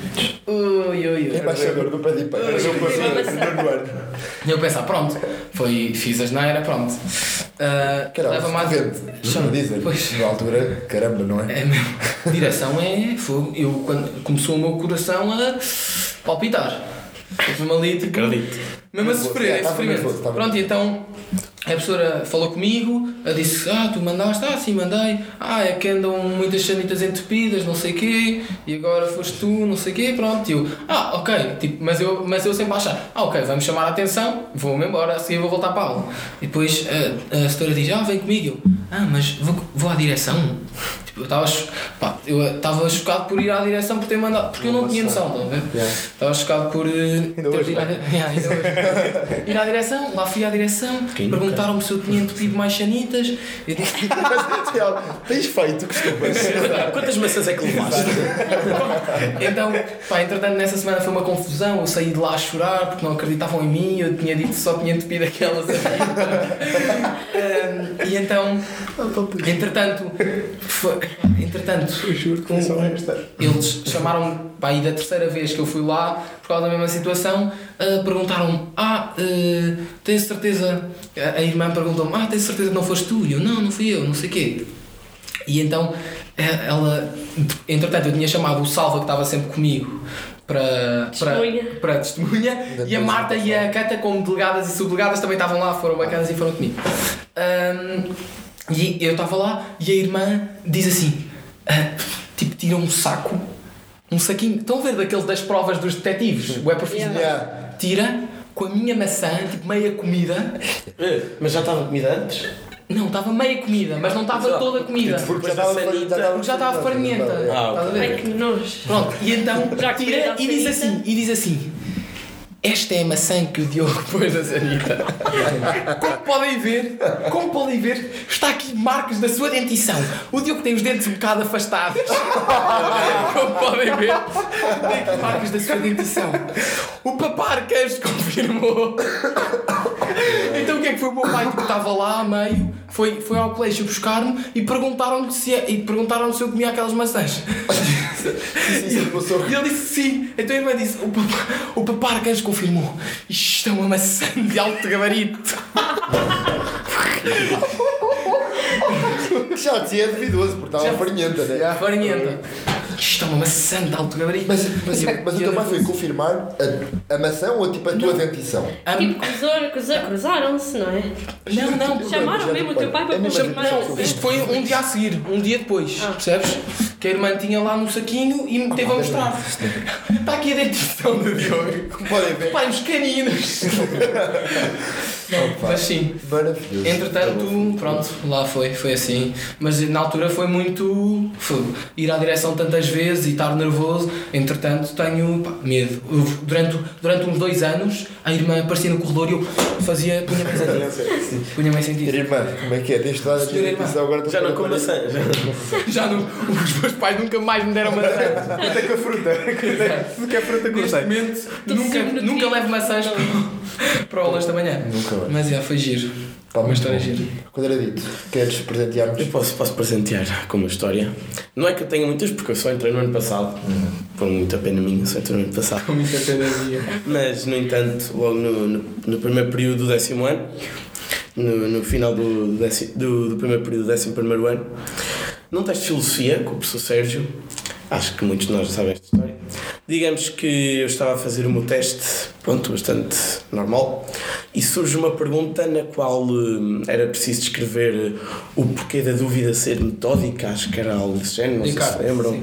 Speaker 6: Ui, ui, ui.
Speaker 2: Embaixador do Pé de Pé. Nono ano.
Speaker 6: E eu pensar, pronto, foi, fiz a geneira, pronto. Ah,
Speaker 2: Caralho,
Speaker 6: leva mais.
Speaker 2: vende.
Speaker 6: Chama-
Speaker 2: Chama Disney.
Speaker 6: Pois.
Speaker 2: Na altura, caramba, não é?
Speaker 6: É mesmo. Direção é fogo. Eu, quando começou o meu coração a palpitar. Eu fui-me ali, tipo,
Speaker 5: Acredito.
Speaker 6: mesmo a
Speaker 2: Nervoso.
Speaker 6: sofrer,
Speaker 2: É,
Speaker 6: em
Speaker 2: estava
Speaker 6: sofrimento.
Speaker 2: nervoso, estava
Speaker 6: Pronto, e então a professora falou comigo, eu disse: Ah, tu mandaste, ah, sim, mandei. Ah, é que andam muitas sanitas entupidas, não sei o quê, e agora foste tu, não sei o quê, pronto. E eu, ah, ok, tipo, mas, eu, mas eu sempre a achar: Ah, ok, vamos chamar a atenção, vou-me embora, a seguir vou voltar para a aula. E depois a, a setora diz: Ah, vem comigo. Eu, ah, mas vou, vou à direção. Tipo, eu estava cho- pá, eu estava chocado por ir à direção por ter mandado, porque eu não tinha noção, estás a ver? Estava chocado por eh, ter
Speaker 4: hoje,
Speaker 6: de ir à- Yeah, ainda hoje. Ir à direção, lá fui à direção,
Speaker 5: Quem nunca?
Speaker 6: perguntaram-me se eu tinha entupido mais sanitas. Eu disse,
Speaker 2: Tens feito, costumas.
Speaker 5: Quantas maçãs é que levaste?
Speaker 6: então, pá, entretanto, nessa semana foi uma confusão. Eu saí de lá a chorar porque não acreditavam em mim. Eu tinha dito que só tinha entupido aquelas. Ahm, e então, entretanto, foi, entretanto,
Speaker 4: Eu juro que foi só esta.
Speaker 6: Eles chamaram-me pá, aí da terceira vez que eu fui lá, por causa da mesma situação, ah, perguntaram-me: Ah, ah, tens certeza? A a irmã perguntou-me: Ah, tens certeza que não foste tu? E eu: Não, não fui eu, não sei o quê. E então eh, ela, entretanto, eu tinha chamado o Salva que estava sempre comigo para
Speaker 3: Testemunha.
Speaker 6: Para, para testemunha e a Marta e a Cata, como delegadas e subdelegadas, também estavam lá, foram bacanas e foram comigo. Ahm, e eu estava lá e a irmã diz assim: ah, tipo, tira um saco, um saquinho. Estão a ver daqueles das provas dos detetives? Ué, profissional.
Speaker 2: Yeah.
Speaker 6: Tira com a minha maçã, tipo, meia comida.
Speaker 5: Eh, Mas já estava comida antes?
Speaker 6: Não, estava meia comida, mas não estava
Speaker 5: Já.
Speaker 6: toda a comida.
Speaker 2: Porque já
Speaker 5: Mas a
Speaker 2: estava
Speaker 5: sanita-
Speaker 6: Porque já estava farinhenta.
Speaker 5: Tipo, Ah,
Speaker 6: Estás a ver?
Speaker 3: Ai que nojo.
Speaker 6: Pronto, e então
Speaker 3: Já que
Speaker 6: tira
Speaker 3: comida
Speaker 6: e diz
Speaker 3: sanita.
Speaker 6: assim, e diz assim. Esta é a maçã que o Diogo pôs na sanita. Como podem ver, como podem ver, está aqui marcas da sua dentição. O Diogo tem os dentes um bocado afastados. Como podem ver, tem aqui marcas da sua dentição. O papá Arcanjo confirmou. Então o que é que foi o meu pai que estava lá a meio? Foi, foi ao colégio buscar-me e perguntaram-me se, é- e perguntaram se eu comia aquelas maçãs. E ele disse sim. Então a irmã disse: O papá, o papá arcanjo confirmou. Isto é uma maçã de alto gabarito.
Speaker 2: Já dizia é duvidoso, porque estava farinhenta, né?
Speaker 6: Farinhenta. Isto é uma maçã de alto gabarito.
Speaker 2: Mas, mas, mas o
Speaker 6: E eu
Speaker 2: teu pai
Speaker 6: disse,
Speaker 2: foi confirmar a, a maçã ou tipo a tua dentição?
Speaker 6: "Ah,
Speaker 3: Tipo, cruzou- cruzou- cruzaram-se, não é?
Speaker 6: Não, não.
Speaker 3: Chamaram mesmo o teu pai para
Speaker 2: É mesmo a
Speaker 3: confirmar.
Speaker 2: dentição.
Speaker 6: Isto foi um dia a seguir, um dia depois, percebes? Que a irmã tinha lá no saquinho e me teve
Speaker 2: Ah,
Speaker 6: a mostrar. Está aqui a dentição do Diogo.
Speaker 2: Como podem ver.
Speaker 6: Pai, os caninos. Não, mas sim.
Speaker 2: Maravilhoso. Tá
Speaker 6: Entretanto, pronto, lá foi, foi assim. Mas na altura foi muito. Foi ir à direção tantas vezes e estar nervoso. Entretanto, tenho pá, medo. Eu, durante, durante uns dois anos, a irmã aparecia no corredor e eu fazia. punha-me em sentido. Punha-me em sentido.
Speaker 2: Irmã, como é que é? Tens de dar a
Speaker 6: Senhora
Speaker 2: minha
Speaker 6: irmã,
Speaker 2: dentição agora.
Speaker 5: Já não com
Speaker 2: assim.
Speaker 5: maçã. já.
Speaker 6: Já não, os meus pais nunca mais me deram maçã.
Speaker 4: Até com a fruta. Se quer é fruta,
Speaker 6: Neste
Speaker 4: cortei.
Speaker 6: momento,
Speaker 3: Tô
Speaker 6: nunca,
Speaker 3: sempre no
Speaker 6: nunca
Speaker 3: trinco.
Speaker 6: levo maçãs para- para aulas da manhã.
Speaker 2: Nunca mais.
Speaker 6: Mas já, foi giro.
Speaker 2: Pá,
Speaker 6: Uma
Speaker 2: muito
Speaker 6: história
Speaker 2: bom.
Speaker 6: gira.
Speaker 2: Quadradito, queres presentear-nos?
Speaker 5: Eu posso, posso presentear com uma história. Não é que eu tenha muitas, porque eu só entrei no ano passado. Por muita pena minha, só entrei no ano passado.
Speaker 6: Uhum. Com muita pena minha.
Speaker 5: Mas, no entanto, logo no, no, no primeiro período do décimo ano, no, no final do, décimo, do, do primeiro período do décimo primeiro ano, num teste de filosofia com o professor Sérgio, acho que muitos de nós sabem esta história, digamos que eu estava a fazer o meu teste, pronto, bastante normal, e surge uma pergunta na qual hum, era preciso descrever o porquê da dúvida ser metódica, acho que era algo desse género, não sei se
Speaker 6: Descartes,
Speaker 5: lembram.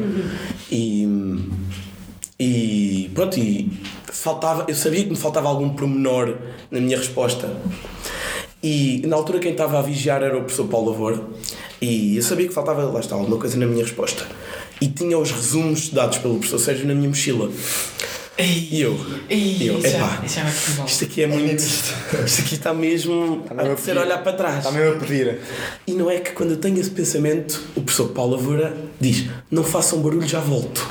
Speaker 5: E... hum, e pronto, e faltava, eu sabia que me faltava algum pormenor na minha resposta. E na altura quem estava a vigiar era o professor Paulo Lavor e eu sabia que faltava, lá está, alguma coisa na minha resposta. E tinha os resumos dados pelo professor Sérgio na minha mochila. E eu,
Speaker 6: Ei,
Speaker 5: e eu,
Speaker 6: isso já-
Speaker 5: epá,
Speaker 6: isso já vai ficar mal.
Speaker 5: isto aqui é muito, isto aqui está mesmo a ser olhar para trás.
Speaker 4: Está mesmo a pedir.
Speaker 5: E não é que quando eu tenho esse pensamento, o professor Paulo um Lavora diz, não façam barulho, já volto.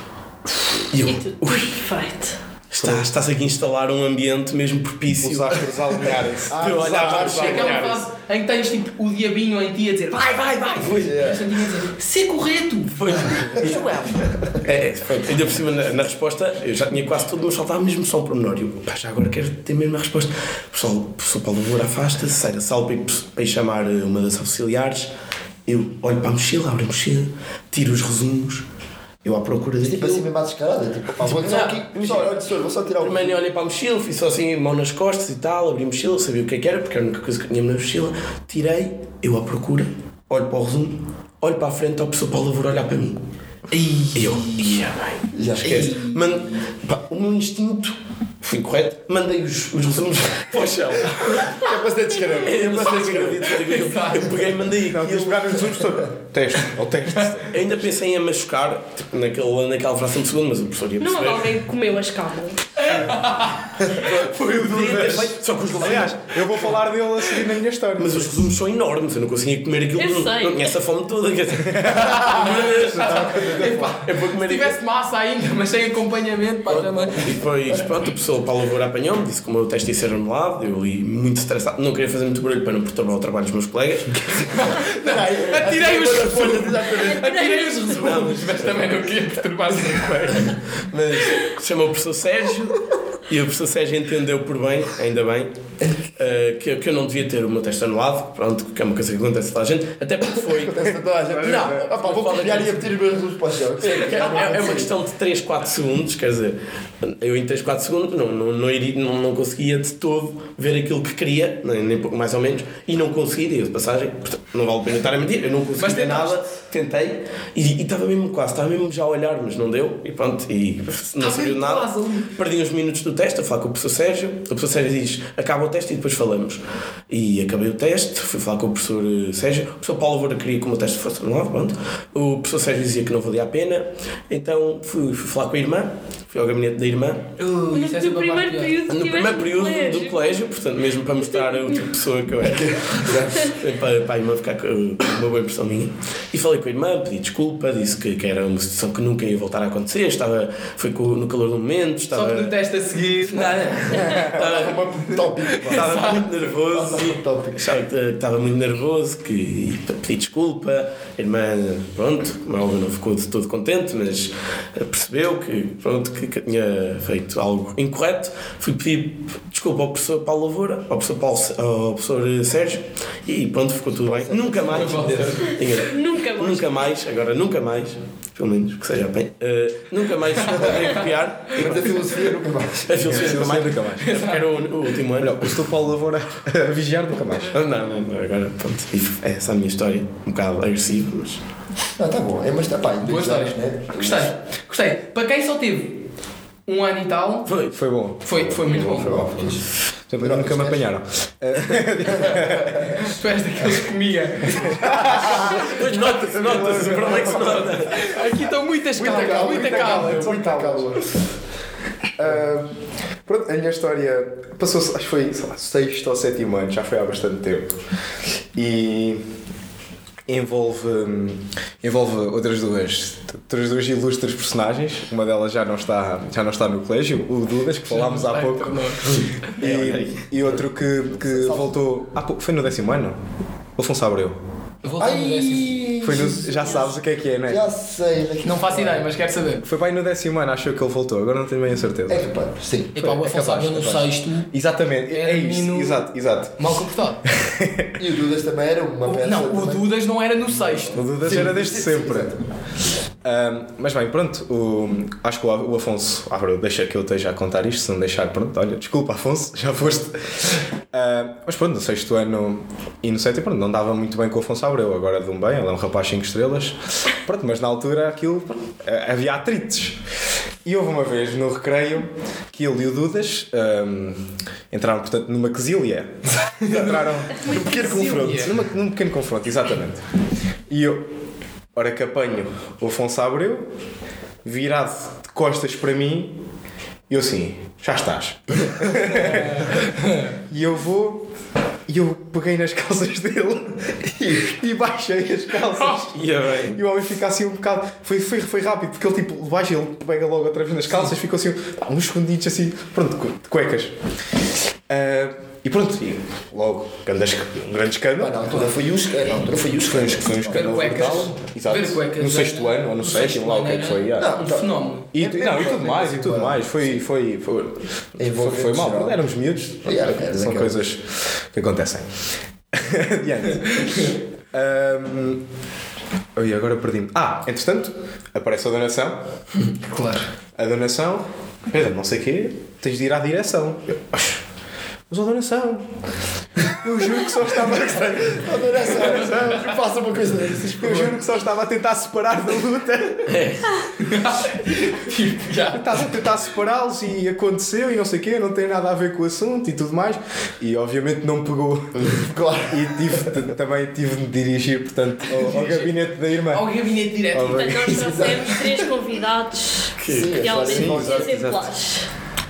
Speaker 5: E eu,
Speaker 3: E tudo é perfeito.
Speaker 5: Está, está-se aqui a instalar um ambiente mesmo propício
Speaker 4: Os astros alinharem-se.
Speaker 5: para eu olhar para
Speaker 6: Sabes,
Speaker 5: os
Speaker 6: é aquela
Speaker 5: balneários.
Speaker 6: fase em que tens tipo o diabinho em ti a dizer vai, vai, vai.
Speaker 5: Pois é.
Speaker 6: E a Santinha a dizer, Ser correto. um
Speaker 5: Pois. É, é, foi. ainda por cima na, na resposta, eu já tinha quase todo o pessoal estava mesmo só um pormenor. E eu, pá, já agora quero ter mesmo a resposta. O pessoal, o professor Paulo Moura afasta-se, sai da sala para ir, para ir chamar eh, uma das auxiliares. Eu olho para a mochila, abro a mochila, tiro os resumos, eu à procura
Speaker 2: Tipo
Speaker 5: daquilo.
Speaker 2: assim, bem mais descarada. Tipo, pá, vou só
Speaker 5: não,
Speaker 2: aqui.
Speaker 5: imagina.
Speaker 2: Só, olha, senhor, vou só tirar o.
Speaker 5: Primeiro olhei para a mochila, fiz só assim, mão nas costas e tal, abri a mochila, sabia o que é que era, porque era a única coisa que eu tinha na mochila. Tirei, eu à procura, olho para o resumo, olho para a frente, está o professor Paulo Lavoro a olhar para mim. E eu, ia bem, já esquece. Man, pá, o meu instinto, fui correto, mandei os, os resumos para o chão.
Speaker 4: É para ser descarado.
Speaker 5: Eu não sei se acredito, eu peguei e mandei
Speaker 4: Não,
Speaker 5: aquilo.
Speaker 4: tens de pegar nos resumos todos. Teste, ou teste.
Speaker 5: Eu ainda pensei em machucar, tipo, naquele, naquela fração de segundo, mas o professor ia
Speaker 3: Não houve
Speaker 5: perceber.
Speaker 3: alguém que comeu as calmas.
Speaker 5: Foi o feito, Só que os
Speaker 4: Aliás, eu vou falar dele a seguir na minha história.
Speaker 5: Mas os resumos são enormes, eu não conseguia comer aquilo.
Speaker 3: Eu
Speaker 5: não,
Speaker 3: sei.
Speaker 5: não tinha essa fome toda. Quer dizer, Epá, eu vou
Speaker 6: Se
Speaker 5: comer aquilo.
Speaker 6: tivesse massa ainda, mas sem acompanhamamento, pá, já é. mãe.
Speaker 5: E depois, pronto, o pessoal Paulo Moura apanhou-me, disse que o meu teste ia ser anulado. Eu li muito estressado, não queria fazer muito barulho para não perturbar o trabalho dos meus colegas.
Speaker 6: Atirei os resumos. Atirei os resumos. Mas também não queria perturbar os
Speaker 5: Mas chamou o professor Sérgio e o professor Sérgio entendeu por bem, ainda bem, eh, que, que eu não devia ter o meu teste anulado. Pronto, que é uma coisa que acontece a toda a gente. Até porque foi.
Speaker 2: Essa toda a gente- Não, ah, pá, vou
Speaker 5: Fala
Speaker 2: copiar e
Speaker 5: disso.
Speaker 2: a meter os meus resumos para o chão.
Speaker 5: É,
Speaker 2: um
Speaker 5: é uma questão de 3, 4 segundos, quer dizer, eu em 3, 4 segundos não, não, não, iria, não, não conseguia de todo ver aquilo que queria, nem, nem pouco mais ou menos, e não consegui, digo de passagem, portanto, não vale a pena estar a mentir, eu não consegui
Speaker 6: Mas
Speaker 5: ver
Speaker 6: tentaste.
Speaker 5: nada, tentei, e e estava mesmo quase, estava mesmo já a olhar, mas não deu, e pronto, e não
Speaker 6: Ah,
Speaker 5: saiu
Speaker 6: mesmo
Speaker 5: nada.
Speaker 6: quase ali.
Speaker 5: Perdi uns minutos do teste a falar com o professor Sérgio. O professor Sérgio diz: acaba o teste e depois falamos. E acabei o teste, fui falar com o professor eh, Sérgio. O professor Paulo Alvora queria que o meu teste fosse anulado, pronto. O professor Sérgio dizia que não valia a pena. Então fui, fui falar com a irmã, fui ao gabinete da irmã. é
Speaker 6: Uh,
Speaker 3: No teu primeiro período
Speaker 5: No
Speaker 3: tiveste
Speaker 6: é
Speaker 5: primeiro período
Speaker 3: colégio.
Speaker 5: do colégio, portanto, mesmo para mostrar o tipo de pessoa que eu era, para, para a irmã ficar com com uma boa impressão minha. E falei com a irmã, pedi desculpa, disse que, que era uma situação que nunca ia voltar a acontecer, estava, foi co- no calor do momento,
Speaker 6: Só
Speaker 5: estava.
Speaker 6: que no teste a seguir.
Speaker 5: Tá.
Speaker 3: É.
Speaker 5: Estava,
Speaker 2: Tópico, pá.
Speaker 5: estava muito nervoso.
Speaker 2: Tópico.
Speaker 5: Achava que estava muito nervoso, que e pedi desculpa. A irmã, pronto, como é óbvio, não ficou de todo contente, mas eh, percebeu que, pronto, que, que eu tinha feito algo incorreto. Fui pedir desculpa ao professor Paulo Lavoura, ao professor, Paulo, Se- ao professor Sérgio, e pronto, ficou tudo bem. Nunca mais. Tinha-
Speaker 3: Nunca mais.
Speaker 5: Nunca mais, agora nunca mais, pelo menos que seja bem, eh, nunca mais poderei copiar.
Speaker 2: Mas a filosofia nunca mais.
Speaker 5: A filosofia nunca mais.
Speaker 4: nunca mais.
Speaker 5: Porque era o, o último ano.
Speaker 4: Olha, o estou Paulo Lavoura a vigiar nunca mais.
Speaker 5: Não, não, não, agora pronto. E é essa a minha história. Um bocado agressiva, mas.
Speaker 2: Não, tá bom. É, mas tá, pá, em
Speaker 6: Boa
Speaker 2: dois
Speaker 6: história.
Speaker 2: anos, né?
Speaker 6: Gostei. Gostei. Para quem só teve um ano e tal,
Speaker 5: Foi.
Speaker 4: Foi bom.
Speaker 6: foi, foi muito
Speaker 4: Foi
Speaker 6: bom.
Speaker 4: bom. Por exemplo, nunca me apanharam.
Speaker 6: Tu és daqueles que comia.
Speaker 5: Pois nota-se, nota-se, para onde é que se nota?
Speaker 6: Aqui estão muitas
Speaker 4: Muita
Speaker 6: calmas,
Speaker 4: calma,
Speaker 6: muita
Speaker 4: muita
Speaker 6: calma.
Speaker 4: calma.
Speaker 2: Muito calor.
Speaker 4: Ah, pronto, a minha história passou-se, acho que foi, sei lá, sexto ou sétimo ano, já foi há bastante tempo. E envolve, hum, envolve outras duas, outras duas ilustres personagens. Uma delas já não está, já não está no colégio, o Dudas, que falámos há pouco.
Speaker 6: É,
Speaker 4: E, e outro que, que voltou há pouco, foi no décimo ano? Afonso Abreu.
Speaker 6: um
Speaker 2: Ai,
Speaker 4: Foi no, já sabes o que é que é, não é?
Speaker 2: já sei. mas
Speaker 6: Não faço ideia, mas quero saber.
Speaker 4: Foi bem no décimo ano, acho eu que ele voltou, agora não tenho bem a certeza.
Speaker 2: É capaz, sim.
Speaker 6: E pá, o Afonso Abel no sexto,
Speaker 4: Exatamente, é,
Speaker 6: Era
Speaker 4: isso.
Speaker 6: menino-
Speaker 4: Exato, exato.
Speaker 6: mal comportado.
Speaker 2: E o Dudas também era uma peça.
Speaker 6: Não, o
Speaker 2: também.
Speaker 6: Dudas não era no sexto.
Speaker 4: O Dudas era desde sempre. Ahm, mas bem, pronto, o- acho que o, Af- o Afonso Álvaro deixa que eu esteja a contar isto, se não deixar, pronto, olha, desculpa Afonso, já foste. Ahm, Ah, mas pronto, no sexto ano e no sétimo, pronto, não dava muito bem com o Afonso Abreu, agora de um bem, ele é um rapaz 5 estrelas. Pronto, mas na altura aquilo, pronto, eh, havia atritos. E houve uma vez no recreio que ele e o Dudas ahm, entraram, portanto, numa quesilha. entraram num pequeno confronto. Numa, num pequeno confronto, exatamente. E eu, Ora que apanho o Afonso Abreu, virado de costas para mim, e eu assim, já estás. e eu vou E eu peguei nas calças dele e, e baixei as calças.
Speaker 5: Ia bem.
Speaker 4: E o homem fica assim um bocado. Foi, foi, foi rápido, porque ele tipo baixa, ele pega logo outra vez nas calças, ficou assim pá, uns segundinhos assim, pronto, cu- de cuecas. Ah, e pronto, e logo, grande esca- um grande
Speaker 2: Pá,
Speaker 4: escândalo.
Speaker 2: Ah, na altura foi o escândalo. Na altura foi o
Speaker 4: Foi um
Speaker 2: escândalo.
Speaker 4: esca- foi um escândalo
Speaker 6: Ver cuecas.
Speaker 4: brutal. Exato.
Speaker 6: Ver cuecas.
Speaker 4: No sexto
Speaker 6: era-
Speaker 4: ano, ou no
Speaker 6: no
Speaker 4: sétimo,
Speaker 6: sexto
Speaker 4: lá o que é
Speaker 6: ano
Speaker 4: que
Speaker 6: era-
Speaker 4: foi. yeah.
Speaker 2: Não,
Speaker 6: Um
Speaker 2: tá.
Speaker 6: fenómeno.
Speaker 4: E,
Speaker 2: É bem
Speaker 4: não, e tudo
Speaker 2: jovem,
Speaker 4: mais, e
Speaker 2: assim,
Speaker 4: tudo
Speaker 2: pá.
Speaker 4: mais. Foi, foi, foi, foi, foi mal,
Speaker 2: geral.
Speaker 4: éramos miúdos.
Speaker 2: Yeah,
Speaker 4: Pronto,
Speaker 2: era
Speaker 4: são
Speaker 2: daquela.
Speaker 4: coisas que acontecem. Adiante. Ahm, oi, agora perdi-me. Ah, entretanto, aparece a donação.
Speaker 6: Claro.
Speaker 4: A donação, Pedro, não sei o quê, tens de ir à direção. Eu, "Oxe, Mas a donação. Eu juro que só estava.
Speaker 2: A adoração. Faça uma coisa dessas.
Speaker 4: Eu juro que só estava a tentar separar da luta.
Speaker 6: Tipo, já.
Speaker 4: Estás a tentar separá-los e aconteceu e não sei o quê, não tem nada a ver com o assunto e tudo mais. E obviamente não pegou.
Speaker 2: Claro.
Speaker 4: E tive de- também tive de me dirigir, portanto, ao, ao gabinete da
Speaker 6: Ao
Speaker 4: irmã.
Speaker 6: gabinete direto.
Speaker 4: Ao-
Speaker 3: Portanto, nós trouxemos três convidados
Speaker 2: Sim, é
Speaker 3: que realmente
Speaker 2: sim,
Speaker 3: vão
Speaker 4: exato,
Speaker 3: ser
Speaker 4: exato.
Speaker 3: exemplares.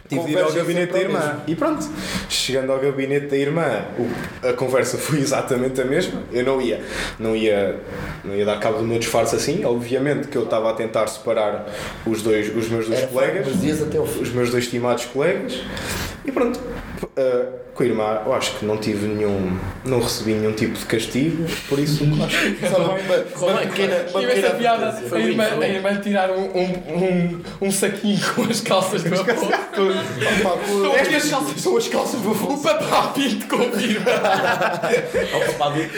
Speaker 4: Tive de ir ao
Speaker 2: Conversa
Speaker 4: gabinete da
Speaker 2: sempre ao
Speaker 4: irmã.
Speaker 2: mesmo.
Speaker 4: E pronto, chegando ao gabinete da irmã, o- a conversa foi exatamente a mesma. Eu não ia, não ia, não ia dar cabo do meu disfarce assim. Obviamente que eu estava a tentar separar os, dois, os meus dois
Speaker 2: Era
Speaker 4: colegas.
Speaker 2: fraco, mas dias até ao fim.
Speaker 4: os meus dois estimados colegas e pronto Uh, com a irmã eu acho que não tive nenhum não recebi nenhum tipo de castigo por isso acho que
Speaker 2: Só uma, uma,
Speaker 6: é
Speaker 2: uma pequena. Uma
Speaker 6: Tive essa
Speaker 2: pequena
Speaker 6: piada,
Speaker 2: advertência.
Speaker 6: a irmã, a irmã tirar um, um, um, um saquinho com as calças do avô.
Speaker 2: Pá, pô,
Speaker 6: Estas calças são as calças do avô. O papá pinto confirma.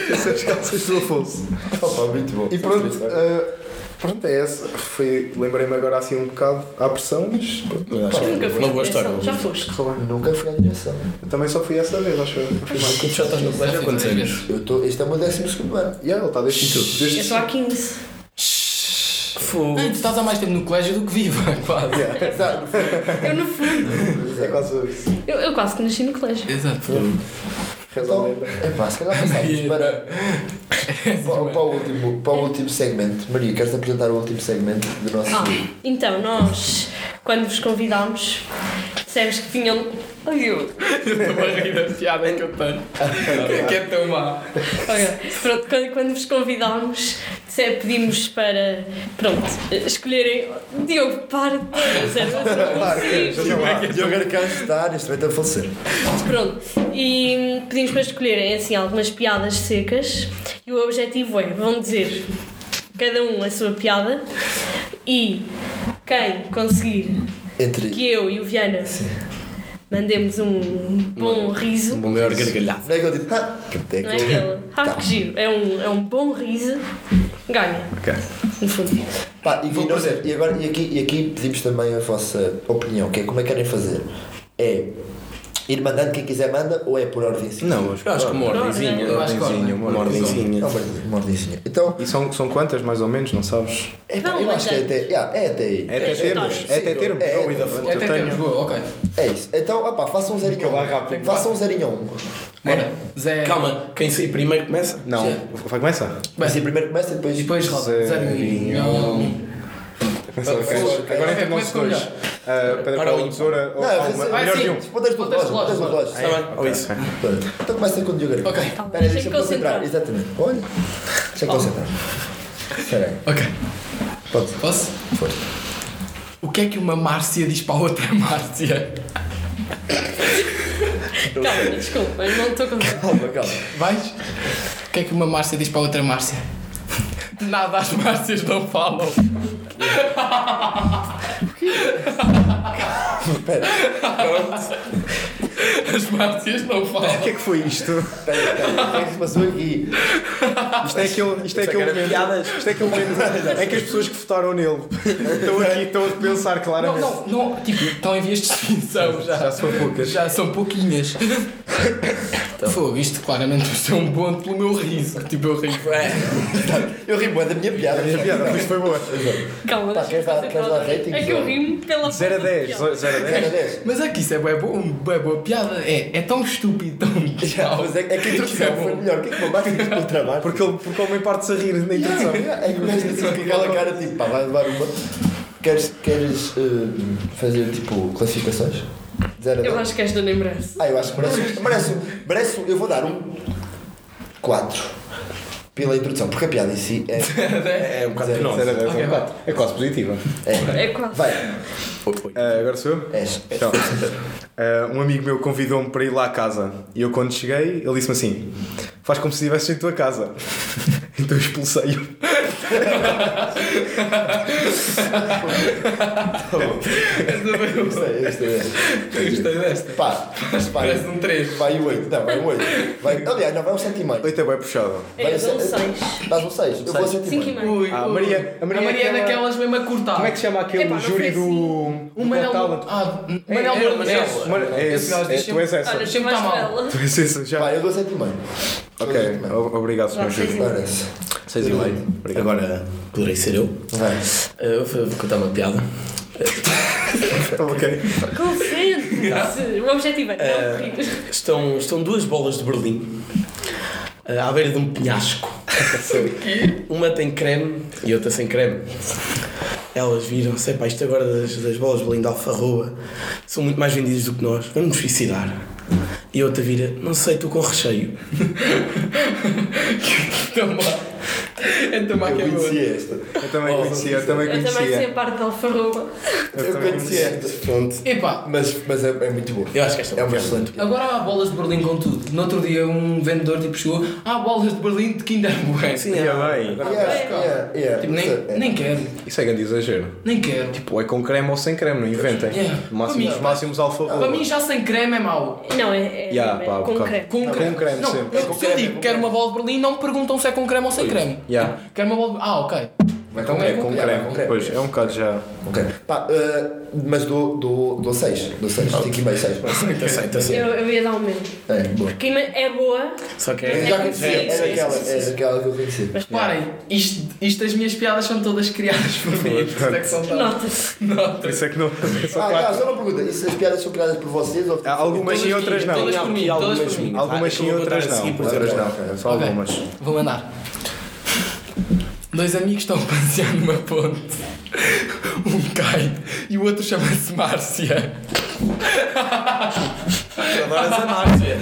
Speaker 4: essas calças do Afonso
Speaker 2: pá, muito bom.
Speaker 4: e pronto uh, pronto é essa foi lembrei-me agora assim um bocado à pressão mas pronto,
Speaker 5: Mas acho
Speaker 3: Nunca
Speaker 5: que
Speaker 3: fui
Speaker 5: Não vou
Speaker 3: à
Speaker 5: estar.
Speaker 3: direção, Já foste.
Speaker 2: Nunca fui à direção.
Speaker 4: eu também só fui essa vez acho eu
Speaker 5: Tu já estás no colégio há quantos anos?
Speaker 2: Eu tô, este é o meu décimo segundo ano.
Speaker 4: e yeah, ele está desde tudo
Speaker 3: Eu
Speaker 4: desde
Speaker 3: estou É há 15.
Speaker 5: Fogo.
Speaker 6: Ei, Tu estás há mais tempo no colégio do que viva, quase.
Speaker 2: Exato.
Speaker 3: Eu, no fundo,
Speaker 4: é quase isso
Speaker 3: eu, eu quase que nasci no colégio.
Speaker 6: Exato.
Speaker 2: Então,
Speaker 4: resolve
Speaker 2: é pá, se calhar passamos para, para, para, o último, para o último segmento. Maria, queres apresentar o último segmento do nosso.
Speaker 3: Ah, então, nós, quando vos convidámos, dissemos que vinham. Ai, eu.
Speaker 6: Eu estou a rir da piada que eu tenho. Que é tão má.
Speaker 3: Ok. Pronto, quando, quando vos convidámos, disse- "É, pedimos para pronto, escolherem Diogo Pardo, Zé Manuel Gonçalves.
Speaker 2: Diogo Arcanjo está neste momento a falecer.
Speaker 3: Pronto, e pedimos para escolherem assim, algumas piadas secas e o objetivo é, vão dizer cada um a sua piada e quem conseguir
Speaker 2: Entre.
Speaker 3: que eu e o Viana mandemos um bom riso,
Speaker 5: O maior gargalhado.
Speaker 2: Não é que eu digo, ah, que é
Speaker 3: não é
Speaker 2: que eu.
Speaker 3: aquela, ah que giro, é um, é um bom riso, ganha,
Speaker 4: Ok.
Speaker 3: no fundo.
Speaker 2: Pá, e, e nós- e agora, e, aqui, e aqui pedimos também a vossa opinião, que é como é que querem fazer? É ir mandando quem quiser manda ou é por ordem? sim?
Speaker 4: não
Speaker 5: Eu acho que uma ordenzinha.
Speaker 6: Eu acho que ordem.
Speaker 4: Mordenzinho,
Speaker 5: Uma ordenzinha.
Speaker 2: Não, mas É uma ordemzinha. Então,
Speaker 4: e são, são quantas mais ou menos não sabes
Speaker 2: é, pá,
Speaker 3: Não,
Speaker 2: eu acho que é
Speaker 3: mas é-
Speaker 2: até, yeah, é até aí.
Speaker 4: é até termos é até termos
Speaker 2: É, é,
Speaker 6: É até temos, boa, ok.
Speaker 2: É isso. Então, opá, façam um zerinho
Speaker 4: Fica lá
Speaker 2: a um.
Speaker 4: rápido.
Speaker 2: Façam um zerinho a um.
Speaker 6: Bora. Zé.
Speaker 5: Calma, quem sair primeiro começa?
Speaker 4: não vai começar
Speaker 6: Bem.
Speaker 2: Mas assim, primeiro um. começa e depois.
Speaker 6: E depois roda. Zerinho.
Speaker 4: Agora entre nós dois. Eh, Uh, Pedro
Speaker 5: Para
Speaker 4: Paulo
Speaker 5: o-
Speaker 4: Tesoura
Speaker 2: Não,
Speaker 4: ou
Speaker 2: eu assim,
Speaker 4: alguma.
Speaker 2: sei-
Speaker 4: Melhor
Speaker 6: sim.
Speaker 4: de um.
Speaker 2: Pontas do relógio, pontas do relógio.
Speaker 5: Está bem? Ou isso?
Speaker 2: Pronto. Então começa com o Diogo Arcanjo. Espera
Speaker 6: Ok.
Speaker 2: aí,
Speaker 3: Então, Deixa-me
Speaker 2: deixa-me concentrar.
Speaker 3: concentrar.
Speaker 2: Exatamente. Olha. Deixa-me concentrar. Espera aí.
Speaker 6: Ok.
Speaker 2: Pronto.
Speaker 6: Posso?
Speaker 2: Foi.
Speaker 6: O que é que uma Márcia diz para a outra Márcia?
Speaker 3: Calma, desculpa, eu não estou contente.
Speaker 2: Calma, calma.
Speaker 6: Vais? O que é que uma Márcia diz para a outra Márcia? Nada as Márcias não falam.
Speaker 2: Espera.
Speaker 6: As Márcias não
Speaker 4: O que
Speaker 6: falam.
Speaker 4: é que foi isto?
Speaker 2: Espera, espera. O que é que se passou aqui?
Speaker 4: Isto é aquele, isto é aquele momento. Isto é aquele momento. É que as pessoas que votaram nele estão aqui, estão a pensar
Speaker 6: Não,
Speaker 4: claramente.
Speaker 6: não, não. Tipo, estão em vias de extinção já.
Speaker 4: Já são poucas.
Speaker 6: Já são pouquinhas. Fogo, isto claramente isto é um bonde pelo meu riso. Tipo, eu rio.
Speaker 2: Eu ri bué da minha piada.
Speaker 4: A piada, mas foi boa.
Speaker 3: Calma,
Speaker 2: Pá,
Speaker 3: deixa-me
Speaker 2: queres dar-
Speaker 3: concentrar.
Speaker 2: queres dar rating,
Speaker 3: É que eu
Speaker 2: João?
Speaker 3: rimo pela
Speaker 4: 0 a 10.
Speaker 3: piada.
Speaker 4: 0 a 10.
Speaker 2: Era 10.
Speaker 6: Mas é que isso é bué boa, bué boa piada. É, é tão estúpido, tão.
Speaker 2: Já, mas é, é que a introdução foi melhor. O que é que uma máquina diz pelo trabalho?
Speaker 4: Porque ele, porque o homem parte-se a rir na introdução.
Speaker 2: É que o gajo disse com aquela cara tipo, pá, vai levar uma. Queres, queres eh, fazer tipo classificações? Zero a
Speaker 3: Eu
Speaker 2: dez.
Speaker 3: acho que esta nem merece.
Speaker 2: Ah, eu acho que merece. Merece, merece eu vou dar um 4 pela introdução, porque a piada em si é.
Speaker 6: É.
Speaker 2: É um bocado
Speaker 4: Não,
Speaker 2: penosa.
Speaker 4: zero a dez é
Speaker 6: Ok.
Speaker 4: um quatro. É quase positiva.
Speaker 3: É quase.
Speaker 2: Vai,
Speaker 4: Ah, agora sou eu?
Speaker 2: és.
Speaker 4: Então, ah, um amigo meu convidou-me para ir lá à casa e eu quando cheguei ele disse-me assim faz como se estivesses em tua casa então eu expulsei-o
Speaker 2: Este é, este é.
Speaker 6: Gostei desta.
Speaker 2: Pá, vai,
Speaker 6: Parece um 3.
Speaker 2: vai o 8, não, vai o 8. Vai, aliás, não, vai um 7,5.
Speaker 4: oito é bem puxado
Speaker 3: É, eu dou um
Speaker 2: Vai,
Speaker 3: 6.
Speaker 2: Dás um 6, eu vou a 7,5.
Speaker 3: 5,5.
Speaker 6: Ui,
Speaker 4: Ah, a
Speaker 6: ui.
Speaker 4: Maria-
Speaker 6: A
Speaker 4: a Maria
Speaker 6: Maria é
Speaker 4: aquela-
Speaker 6: daquelas mesmo a cortar.
Speaker 4: como é que se chama aquele
Speaker 3: Epá, não foi
Speaker 4: júri do
Speaker 6: O
Speaker 4: do
Speaker 6: Manel
Speaker 4: Talent?
Speaker 6: Ah, M-
Speaker 5: É,
Speaker 6: Manel
Speaker 5: é,
Speaker 6: Borges.
Speaker 5: Manel.
Speaker 6: Esse.
Speaker 4: Mano, é
Speaker 6: Esse
Speaker 4: esse,
Speaker 6: gajo
Speaker 4: é-
Speaker 6: diz
Speaker 4: tu és
Speaker 6: sempre-
Speaker 4: essa.
Speaker 3: Olha,
Speaker 4: Tu
Speaker 6: Sempre
Speaker 3: mais
Speaker 6: tá mal.
Speaker 3: bela.
Speaker 4: és essa, já.
Speaker 2: Pá, eu dou 7,5.
Speaker 4: Ok, o- obrigado, senhor
Speaker 3: Não,
Speaker 4: Júlio.
Speaker 3: seis
Speaker 2: Parece.
Speaker 4: Seis e meio. Obrigado.
Speaker 5: Agora poderei ser eu.
Speaker 2: Vai.
Speaker 5: Eu vou vou contar uma piada.
Speaker 4: Ok.
Speaker 3: Concentre-se.
Speaker 2: Tá.
Speaker 3: O objetivo é
Speaker 2: Eh,
Speaker 3: não rir.
Speaker 5: Estão, estão duas bolas de Berlim eh, à beira de um penhasco. Uma tem creme e outra sem creme. Elas viram-se, "Epá, isto agora das, das bolas de Berlim da Alfarroba são muito mais vendidas do que nós, vamos nos suicidar. E a outra vira, não sei, tu com recheio.
Speaker 6: É tão má
Speaker 2: Eu
Speaker 6: que é boa.
Speaker 2: conheci esta.
Speaker 4: Eu também conhecia, eu também
Speaker 3: Eu também sei
Speaker 4: conhecia.
Speaker 3: a parte da alfarroba.
Speaker 2: Eu conheci esta. Pronto.
Speaker 6: Epá,
Speaker 2: Mas, mas é, é muito boa.
Speaker 5: Eu acho que esta
Speaker 2: É
Speaker 5: uma
Speaker 2: uma
Speaker 5: piada.
Speaker 2: excelente piada.
Speaker 6: agora há bolas de Berlim com tudo. No outro dia um vendedor tipo chegou, há bolas de Berlim de Kinder Bueno.
Speaker 5: Sim, é.
Speaker 4: Ia bem.
Speaker 2: Yeah, yeah, yeah.
Speaker 6: Tipo, nem,
Speaker 2: É.
Speaker 6: nem quero,
Speaker 4: Isso é grande exagero.
Speaker 6: nem quero. Tipo,
Speaker 4: Ou é com creme ou sem creme, não inventem.
Speaker 6: Yeah.
Speaker 4: Máximos,
Speaker 6: Para mim-
Speaker 4: máximos alfarroba.
Speaker 6: Para mim já sem creme é mau.
Speaker 3: Não, é. é
Speaker 4: Yeah,
Speaker 3: é
Speaker 4: pá,
Speaker 3: com
Speaker 4: ok.
Speaker 3: creme.
Speaker 6: Com
Speaker 4: Não,
Speaker 6: creme.
Speaker 4: com creme
Speaker 6: não,
Speaker 4: sempre.
Speaker 6: eu-
Speaker 2: com
Speaker 6: se eu
Speaker 2: creme,
Speaker 6: digo
Speaker 2: com
Speaker 6: quero uma bola de Berlim, não me perguntam se é com creme ou sem creme.
Speaker 4: Yeah.
Speaker 6: Quero uma bola de... Ah, ok.
Speaker 2: Vai
Speaker 6: Então
Speaker 4: É com
Speaker 2: Yeah,
Speaker 4: creme.
Speaker 2: vai com creme.
Speaker 4: Pois, é um bocado já.
Speaker 2: Ok. Pá, eh, mas dou 6. Dou 6. Dou 6.
Speaker 4: Ah.
Speaker 2: 5,5, 6.
Speaker 5: Aceita, aceita,
Speaker 3: Eu,
Speaker 5: aceita.
Speaker 3: eu ia dar o mesmo.
Speaker 2: É, boa.
Speaker 3: Porque é boa.
Speaker 5: Só que
Speaker 3: É
Speaker 5: é.
Speaker 2: Já
Speaker 3: conheci,
Speaker 2: conheci, é
Speaker 3: sim,
Speaker 2: daquela,
Speaker 3: sim, sim,
Speaker 2: é
Speaker 3: sim.
Speaker 2: daquela que eu conheci.
Speaker 3: Mas pá,
Speaker 6: Parem, isto, isto as minhas piadas são todas criadas por mim. Isto é que são tão-
Speaker 3: nota-se.
Speaker 4: Por
Speaker 6: Notas.
Speaker 4: isso é que não.
Speaker 2: Ah, já, só uma pergunta. Isso, as piadas são criadas por vocês ou...
Speaker 4: Há algumas sim, outras não.
Speaker 6: Todas por mim, todas por mim.
Speaker 5: é
Speaker 4: Algumas sim, outras
Speaker 5: assim
Speaker 4: não. Outras não. Só
Speaker 6: Ok.
Speaker 4: algumas.
Speaker 6: Vou mandar. Dois amigos estão a passear numa ponte. Um cai e o outro chama-se Márcia.
Speaker 5: Adoras a Márcia.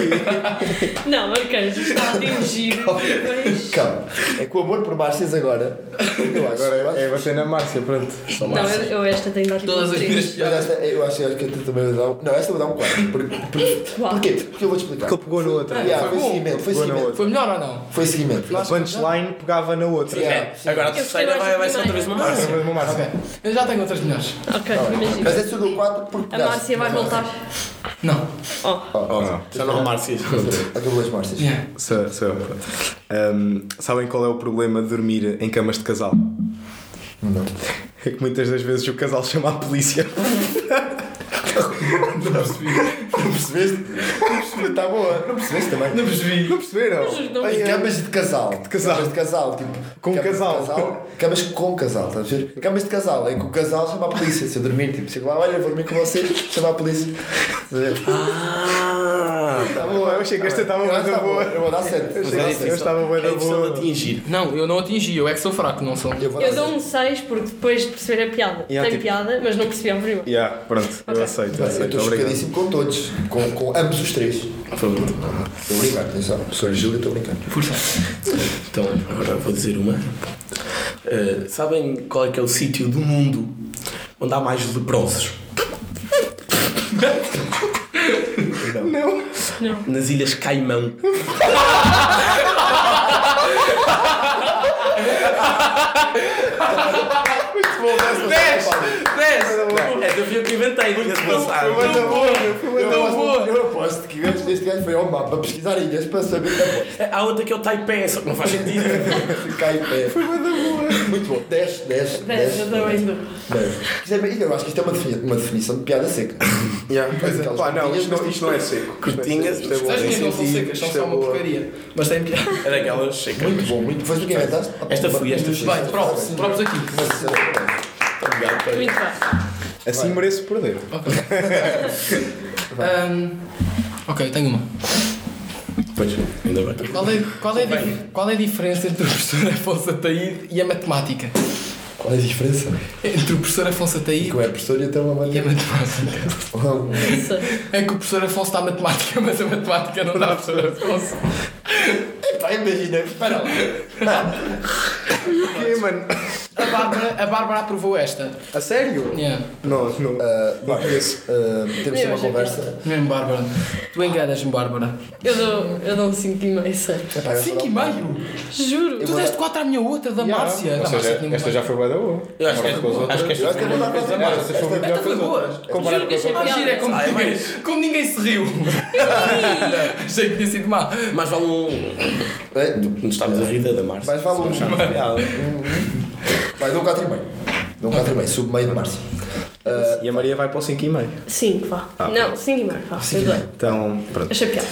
Speaker 3: Não, arcanjo, está a dirigir. Mas...
Speaker 2: Calma. É com o amor por Márcias agora. Eu acho. eu
Speaker 4: Agora
Speaker 2: acho.
Speaker 4: é você na Márcia, pronto.
Speaker 3: Não, eu, eu esta tenho dado tipo
Speaker 6: Todas
Speaker 3: um
Speaker 6: as
Speaker 3: três.
Speaker 6: minhas
Speaker 2: Mas
Speaker 6: piadas.
Speaker 2: esta, eu acho, eu acho que eu também vou dar um... Não, esta eu vou dar um 4. Por, por,
Speaker 3: Uau.
Speaker 2: porquê? Porque eu vou-te explicar.
Speaker 4: Porque ele pegou na outra.
Speaker 2: Yeah, foi
Speaker 6: Foi bom.
Speaker 2: seguimento, foi
Speaker 4: Boa na
Speaker 2: seguimento.
Speaker 4: outra.
Speaker 6: Foi melhor ou não?
Speaker 2: Foi seguimento.
Speaker 4: A punchline pegava na outra.
Speaker 2: Yeah.
Speaker 5: Agora a
Speaker 3: Eu gostei
Speaker 5: terceira
Speaker 3: mais
Speaker 5: vai,
Speaker 3: da
Speaker 5: vai ser outra vez uma
Speaker 4: Ah,
Speaker 5: Márcia.
Speaker 4: foi uma Márcia.
Speaker 6: Eu já tenho outras melhores.
Speaker 3: Ok, imagina.
Speaker 2: Mas é esta eu dou 4 porque... Ah,
Speaker 3: A Márcia vai voltar.
Speaker 6: Não.
Speaker 3: Oh,
Speaker 4: Oh, não.
Speaker 5: Já não há Márcia.
Speaker 2: Acabou as Márcias.
Speaker 6: Yeah.
Speaker 4: Sou, sou eu, pronto. Ahm, sabem qual é o problema de dormir em camas de casal?
Speaker 2: Não.
Speaker 4: É que muitas das vezes o casal chama a polícia.
Speaker 2: Não percebeste? Não percebeste? Está boa. Não percebeste também? Não
Speaker 4: Não perceberam?
Speaker 3: não
Speaker 2: Ai, camas de casal.
Speaker 4: casal.
Speaker 2: Camas de casal, tipo.
Speaker 4: Com
Speaker 2: camas de
Speaker 4: casal.
Speaker 2: Camas com casal, estás a ver? Camas de casal, em que o casal chama a polícia. Se eu dormir, tipo, chego lá, olha, vou dormir com vocês, chama a polícia. Estás a ver?
Speaker 5: Ah!
Speaker 4: Tá boa, eu achei que esta estava
Speaker 2: Eu
Speaker 4: muito
Speaker 2: acho que tá
Speaker 4: boa.
Speaker 2: Eu vou dar 7.
Speaker 4: Eu estava- eu estava bué da
Speaker 5: É impossível
Speaker 4: boa.
Speaker 5: atingir.
Speaker 6: Não, eu não atingi, eu é que sou fraco, não sou.
Speaker 2: Eu vou
Speaker 3: Eu
Speaker 2: dar
Speaker 3: dou
Speaker 2: 7.
Speaker 3: um 6 porque depois de perceber a piada.
Speaker 4: Yeah,
Speaker 3: Tem
Speaker 4: tipo-
Speaker 3: piada, mas não percebi ao primeiro.
Speaker 4: Yeah, pronto, eu
Speaker 3: Ok.
Speaker 4: aceito, eu
Speaker 2: Eu
Speaker 4: aceito.
Speaker 2: estou
Speaker 4: Obrigado.
Speaker 2: chocadíssimo com todos, com, com ambos os três. Estou a brincar, atenção. Professor Júlio, estou a brincar.
Speaker 5: Então, agora vou dizer uma. Eh, sabem qual é que é o sítio do mundo onde há mais leprosos? Não. Nas Ilhas Caimão. É, eu vi o que inventei, é diga de passar.
Speaker 2: Eu aposto, eu aposto que este este gajo foi ao mapa pesquisar ilhas para saber da ponte.
Speaker 5: Há outra que é o Taipei, só que não faz sentido.
Speaker 2: Cai em pé. Foi muito boa. Muito bom. 10, 10, 10.
Speaker 3: 10, eu também dou.
Speaker 2: Isto é, bem- eu acho que isto é uma, defini- uma definição de piada seca.
Speaker 4: Yeah.
Speaker 2: Pois é.
Speaker 4: Pá, não, isto não, isto não é seco.
Speaker 5: Curtinhas,
Speaker 4: Isto é boa.
Speaker 6: Sabes que não são
Speaker 4: Isto é
Speaker 6: secas, são
Speaker 4: boa.
Speaker 6: só uma porcaria. Mas tem piada.
Speaker 5: É daquelas secas.
Speaker 2: Muito bom, muito. Foi tu que inventaste?
Speaker 5: Esta fui, esta fui.
Speaker 6: Vai, provos, provos aqui.
Speaker 2: Mas isso é-
Speaker 5: Obrigado, pai.
Speaker 3: Muito bem.
Speaker 4: Assim mereço perder.
Speaker 6: Ahm, ok, tenho uma.
Speaker 5: Pois, ainda bem.
Speaker 6: Qual é, qual, é a dif- qual é a diferença entre o professor Afonso Ataíde e a matemática?
Speaker 2: Qual é a diferença?
Speaker 6: Entre o professor Afonso Ataí
Speaker 2: Que eu é professor e até uma
Speaker 6: e a
Speaker 2: maneira.
Speaker 6: matemática. É que o professor Afonso dá matemática, mas a matemática não dá ao professor Afonso.
Speaker 2: Pá, imagina, espera lá. Mano,
Speaker 4: Ok, mano.
Speaker 6: A Bárbara, a Bárbara aprovou esta.
Speaker 4: A sério?
Speaker 6: Yeah.
Speaker 4: Não, não.
Speaker 2: ah, bom, ah, temos de ter uma
Speaker 3: Eu já
Speaker 2: conversa.
Speaker 6: Mesmo Bárbara. Tu engadas-me, Bárbara.
Speaker 3: Eu dou, eu dou um 5 e meio, sei.
Speaker 2: Epá, eu sou
Speaker 6: 5 e
Speaker 2: lá-
Speaker 6: meio?
Speaker 3: Juro.
Speaker 6: Tu deste 4 à minha outra, da Márcia.
Speaker 4: Ou
Speaker 6: Da Márcia
Speaker 4: seja,
Speaker 6: tinha um
Speaker 4: esta já foi boa da boa.
Speaker 5: Eu acho que
Speaker 4: Comparado com as
Speaker 5: esta-
Speaker 4: outras.
Speaker 5: acho que esta
Speaker 2: Eu acho que é eu vou dar para
Speaker 4: Ah, esta foi melhor
Speaker 6: Esta
Speaker 4: que as
Speaker 6: foi boa.
Speaker 4: outras.
Speaker 3: Juro
Speaker 4: Comparado
Speaker 3: que
Speaker 4: com as
Speaker 3: achei
Speaker 4: outras.
Speaker 6: Ah, gira, é
Speaker 3: piada.
Speaker 6: como, ninguém, como ninguém se riu. Achei que tinha sido má.
Speaker 5: Mais vale um.
Speaker 2: É,
Speaker 5: Do que nos estamos a rir da da Márcia.
Speaker 2: Mais vale um. Vai, dou um 4,5. Dou um 4,5, subo meio de março.
Speaker 4: E a Maria vai para o 5,5.
Speaker 3: 5, vá.
Speaker 4: Ah,
Speaker 3: não, 5 e meio, vá. Eu dou.
Speaker 4: Então, pronto.
Speaker 3: Achei piada.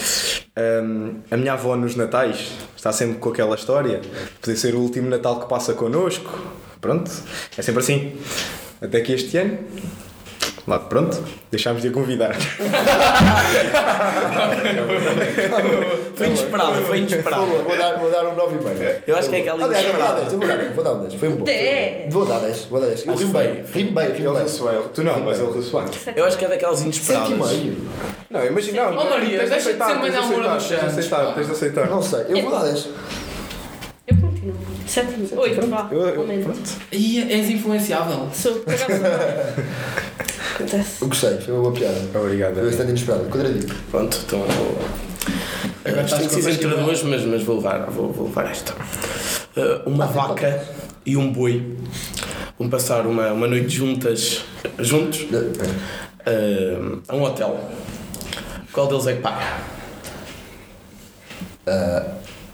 Speaker 4: Hum, a minha avó nos Natais está sempre com aquela história. Podia ser o último Natal que passa connosco. Pronto, é sempre assim. Até que este ano. Lá, pronto, deixámos de a convidar.
Speaker 5: Foi inesperado, foi inesperado.
Speaker 2: Vou, vou dar, vou dar um 9,5.
Speaker 5: Eu acho que é aquela
Speaker 2: Aliás, eu vou dar
Speaker 5: inesperada.
Speaker 2: 10, eu vou dar 10, vou dar um 10. Foi um bom.
Speaker 3: Dez.
Speaker 2: Vou dar 10, vou dar 10. Eu
Speaker 5: Acho
Speaker 2: rimo
Speaker 5: que
Speaker 2: bem, rimo bem, rimo bem.
Speaker 4: ele. é Tu não, mas ele ressoou.
Speaker 5: Eu acho que é daquelas inesperadas.
Speaker 2: 5,5.
Speaker 4: Não, imagina.
Speaker 6: Oh, Maria, deixa
Speaker 4: tens
Speaker 6: de
Speaker 4: aceitar,
Speaker 6: ser mais
Speaker 4: tens
Speaker 6: amor
Speaker 4: aceitar,
Speaker 6: dos
Speaker 4: Tens de
Speaker 6: anos,
Speaker 4: aceitar,
Speaker 6: pá.
Speaker 4: tens de aceitar.
Speaker 2: Não sei, eu vou dar 10.
Speaker 3: Eu continuo. 7, 8, vá.
Speaker 4: Eu- eu-
Speaker 3: Pelo menos.
Speaker 4: pronto.
Speaker 6: E és influenciável.
Speaker 3: Sou, por acaso. não. Acontece.
Speaker 2: Eu gostei, foi uma boa piada.
Speaker 4: Obrigado.
Speaker 2: Foi bastante inesperado. Quadradinho.
Speaker 5: Pronto, então. Eh,
Speaker 6: Agora
Speaker 5: Agora
Speaker 6: estás
Speaker 5: estás
Speaker 6: com
Speaker 5: entre
Speaker 6: certeza.
Speaker 5: duas, mas, mas vou levar, vou, vou levar esta. Uh, uma vaca e um boi vão passar uma, uma noite juntas, juntos, uh, a um hotel. Qual deles é que paga?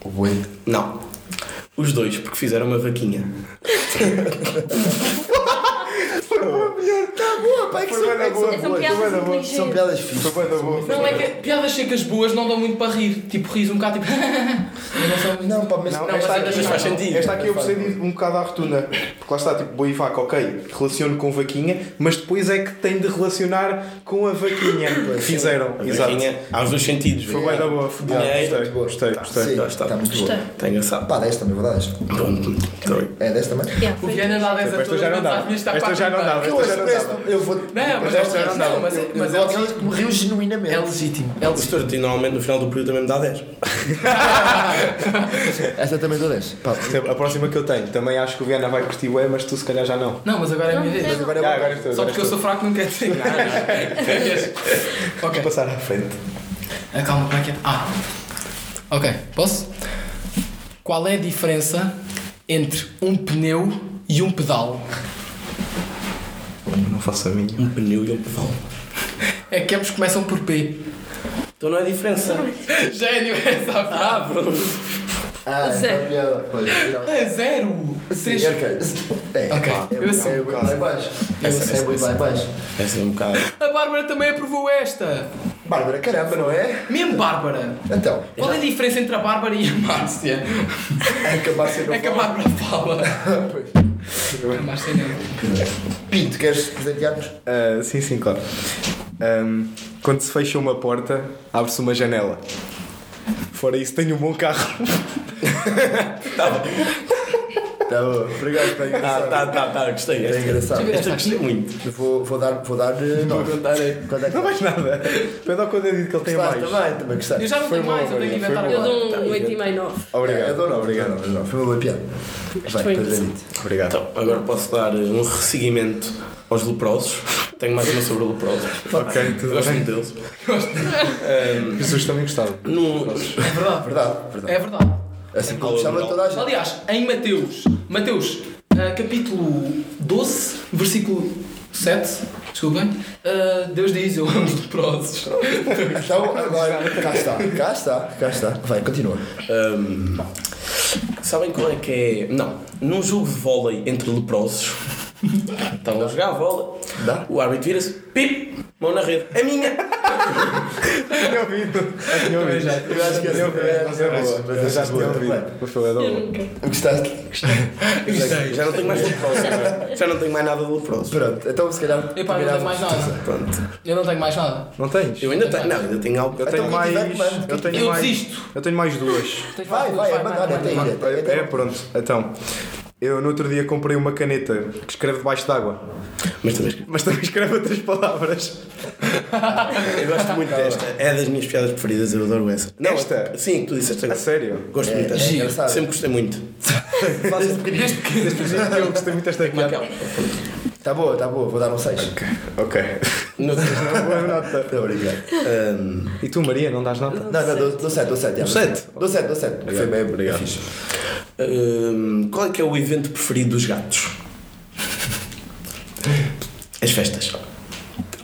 Speaker 2: O boi.
Speaker 5: Não. Os dois, porque fizeram uma vaquinha.
Speaker 2: Tá boa, pá, é que são, é que
Speaker 3: São piadas inteligentes.
Speaker 2: são piadas fixas.
Speaker 6: Não, é que piadas secas boas não dão muito para rir. Tipo, ris um bocado, tipo... Eu não sou muito-
Speaker 2: Não, pá, mas
Speaker 4: Não,
Speaker 6: mas
Speaker 4: esta,
Speaker 6: é-
Speaker 4: aqui,
Speaker 6: mas faz
Speaker 5: sentido.
Speaker 4: esta aqui eu percebi um bocado à rotunda. Porque lá está, tipo, boi e vaca, ok, relaciono com vaquinha, mas depois é que tem de relacionar com a vaquinha que fizeram.
Speaker 5: A
Speaker 4: Exato.
Speaker 5: vaquinha, há os dois sentidos. eh,
Speaker 4: Foi bem da boa. fudeu.
Speaker 2: é,
Speaker 5: Dinheiro.
Speaker 4: Gostei, gostei, gostei.
Speaker 2: Sim,
Speaker 5: Já está.
Speaker 2: está muito
Speaker 3: Gostei.
Speaker 2: boa.
Speaker 5: Está engraçado.
Speaker 2: Pá, 10 também, vou dar 10.
Speaker 5: Pronto, então,
Speaker 2: É 10 também?
Speaker 3: Yeah,
Speaker 6: O
Speaker 3: foi.
Speaker 6: Viana dá 10 a
Speaker 4: Esta
Speaker 6: todas,
Speaker 4: já não
Speaker 6: mas às
Speaker 4: dava.
Speaker 6: minhas está
Speaker 4: Esta já não
Speaker 6: quatro.
Speaker 4: dava.
Speaker 2: Eu,
Speaker 4: Esta já não dava.
Speaker 2: eu vou.
Speaker 6: Não, mas,
Speaker 4: esta já
Speaker 6: não,
Speaker 4: não dava.
Speaker 6: mas, é-
Speaker 2: Eu-
Speaker 6: mas
Speaker 2: eu
Speaker 6: é
Speaker 2: gosto daquelas que me riu genuinamente.
Speaker 6: é legítimo. É
Speaker 5: o
Speaker 6: legítimo.
Speaker 5: setor normalmente no final do período também me dá 10.
Speaker 2: Esta um- também dou 10. Pá,
Speaker 4: A próxima que eu tenho, também acho que o Viana vai curtir o mas tu se calhar já não.
Speaker 6: Não, mas agora é a minha
Speaker 3: Não,
Speaker 6: vez.
Speaker 3: não.
Speaker 2: agora é
Speaker 4: Já,
Speaker 2: bom.
Speaker 4: agora estou.
Speaker 6: Só
Speaker 4: agora
Speaker 6: porque eu sou
Speaker 4: estou.
Speaker 6: fraco não quer dizer que- É mesmo. Ok.
Speaker 4: Vou passar à frente.
Speaker 6: Ah, Calma, como é que é? Ah. Ok, posso? Qual é a diferença entre um pneu e um pedal?
Speaker 4: Não faço a minha.
Speaker 5: Um pneu e um pedal.
Speaker 6: É que ambos começam por P.
Speaker 5: Então não é diferença.
Speaker 6: Gênio, essa
Speaker 5: Ah,
Speaker 6: frase.
Speaker 5: pronto.
Speaker 2: Ah,
Speaker 3: Zé.
Speaker 2: é uma piada. Pois, não.
Speaker 6: É zero. Três.
Speaker 2: Sim, ok. É,
Speaker 6: Ok,
Speaker 2: pá,
Speaker 6: eu sei.
Speaker 2: É boi vai baixo.
Speaker 5: sei,
Speaker 2: É boi vai baixo.
Speaker 5: Essa é um bocado.
Speaker 6: A Bárbara também aprovou esta.
Speaker 2: Bárbara, caramba, não é?
Speaker 6: Mesmo Bárbara.
Speaker 2: Então,
Speaker 6: Qual é a diferença entre a Bárbara e a Márcia?
Speaker 2: é acabar sendo
Speaker 6: É que a Bárbara fala. A Márcia não.
Speaker 2: Pinto, queres presentear-nos?
Speaker 4: Ah, sim, sim, claro. Ahm, quando se fecha uma porta, abre-se uma janela. Fora isso, tenho um bom carro.
Speaker 2: Tá bom. Obrigado, está
Speaker 5: Tá,
Speaker 2: engraçado.
Speaker 5: tá, tá, tá, gostei.
Speaker 2: É
Speaker 5: Esta,
Speaker 2: engraçado.
Speaker 5: esta gostei muito.
Speaker 2: Vou, vou dar. Vou dar. eh, nove. Quanto é que dá?
Speaker 4: Não mais nada. Pede quando eu digo é que ele tem
Speaker 2: Gostaste
Speaker 4: mais.
Speaker 2: também, também gostaste.
Speaker 6: Eu já não tenho mais, eu tenho que inventar
Speaker 3: Eu
Speaker 6: agora.
Speaker 3: dou um 8 e meio, 9.
Speaker 4: Obrigado.
Speaker 2: Eu dou nove,
Speaker 4: Obrigado.
Speaker 2: eu dou nove. Foi uma boa piada. Vai,
Speaker 3: foi
Speaker 2: Pedradito.
Speaker 4: Obrigado.
Speaker 5: Então, agora posso dar um seguimento aos leprosos. Tenho mais uma sobre leprosos.
Speaker 4: ok,
Speaker 5: Eu
Speaker 4: tudo
Speaker 5: gosto
Speaker 4: bem.
Speaker 5: muito deles.
Speaker 4: As pessoas também gostaram.
Speaker 5: No,
Speaker 6: É verdade.
Speaker 2: Verdade, verdade.
Speaker 6: É verdade.
Speaker 2: Assim como gostava
Speaker 5: Paulo
Speaker 2: de toda a
Speaker 5: Amaral.
Speaker 2: gente.
Speaker 6: Aliás, em Mateus, Mateus, ah, capítulo 12, versículo 7, desculpem, ah, Deus diz: Eu amo os leprosos.
Speaker 2: Então, agora. Cá está, cá está, cá está. Vai, continua.
Speaker 5: Ahm, ehm, sabem qual é que é. Não, num jogo de vôlei entre leprosos, estão a jogar a vôlei,
Speaker 2: Dá?
Speaker 5: o árbitro vira-se, pip, mão na rede, é minha!
Speaker 4: Tinha ouvido. Tinha ouvido.
Speaker 2: Eu acho que essa
Speaker 4: Tinha
Speaker 2: foi a-
Speaker 4: ouvido. Mas é boa.
Speaker 2: mas
Speaker 4: Eu
Speaker 2: essa
Speaker 4: já
Speaker 2: é
Speaker 4: tinha
Speaker 2: boa
Speaker 4: ouvido.
Speaker 2: também.
Speaker 4: Mas foi a da
Speaker 3: Eu
Speaker 4: boa.
Speaker 3: nunca.
Speaker 2: Gostaste?
Speaker 5: Já não tenho mais leprosos, já- já não tenho mais nada de leprosos.
Speaker 2: Pronto, então se calhar.
Speaker 6: Epá, eu não tenho mais nada.
Speaker 5: Pronto,
Speaker 6: Eu não tenho mais nada.
Speaker 4: Não tens?
Speaker 5: eu ainda tenho, não, ainda tenho algo.
Speaker 4: Eu tenho
Speaker 2: então quem
Speaker 4: mais.
Speaker 2: tiver que manda.
Speaker 4: Eu tenho
Speaker 6: Eu
Speaker 4: mais.
Speaker 6: desisto.
Speaker 4: Eu tenho mais duas.
Speaker 6: Tens
Speaker 2: Vai,
Speaker 6: mais
Speaker 2: vai,
Speaker 6: tudo,
Speaker 2: é mandar até
Speaker 6: vai, vai.
Speaker 2: ir.
Speaker 4: É, pronto. Então, Eu no outro dia comprei uma caneta que escreve debaixo d'água,
Speaker 5: Mas também escrevo.
Speaker 4: mas também escreve outras palavras.
Speaker 5: Eu gosto muito desta. É das minhas piadas preferidas, eu adoro essa.
Speaker 4: Esta?
Speaker 5: Sim, que tu disseste
Speaker 4: A
Speaker 5: agora.
Speaker 4: sério?
Speaker 5: Gosto muito desta.
Speaker 6: giro.
Speaker 5: Sempre gostei muito.
Speaker 6: Desde que.
Speaker 4: é Eu gostei muito desta piada.
Speaker 2: Tá boa, tá boa, vou dar um 6.
Speaker 4: Ok.
Speaker 5: No-
Speaker 4: Boa nota.
Speaker 2: Não, obrigado.
Speaker 5: Ahm,
Speaker 4: E tu, Maria, não dás nota?
Speaker 2: Não, não, dou- dou 7, dou 7.
Speaker 4: Dou sete?
Speaker 2: Dou 7, dou 7. Foi bem,
Speaker 4: Obrigado.
Speaker 2: fixe.
Speaker 5: ahm, qual é que é o evento preferido dos gatos? As festas.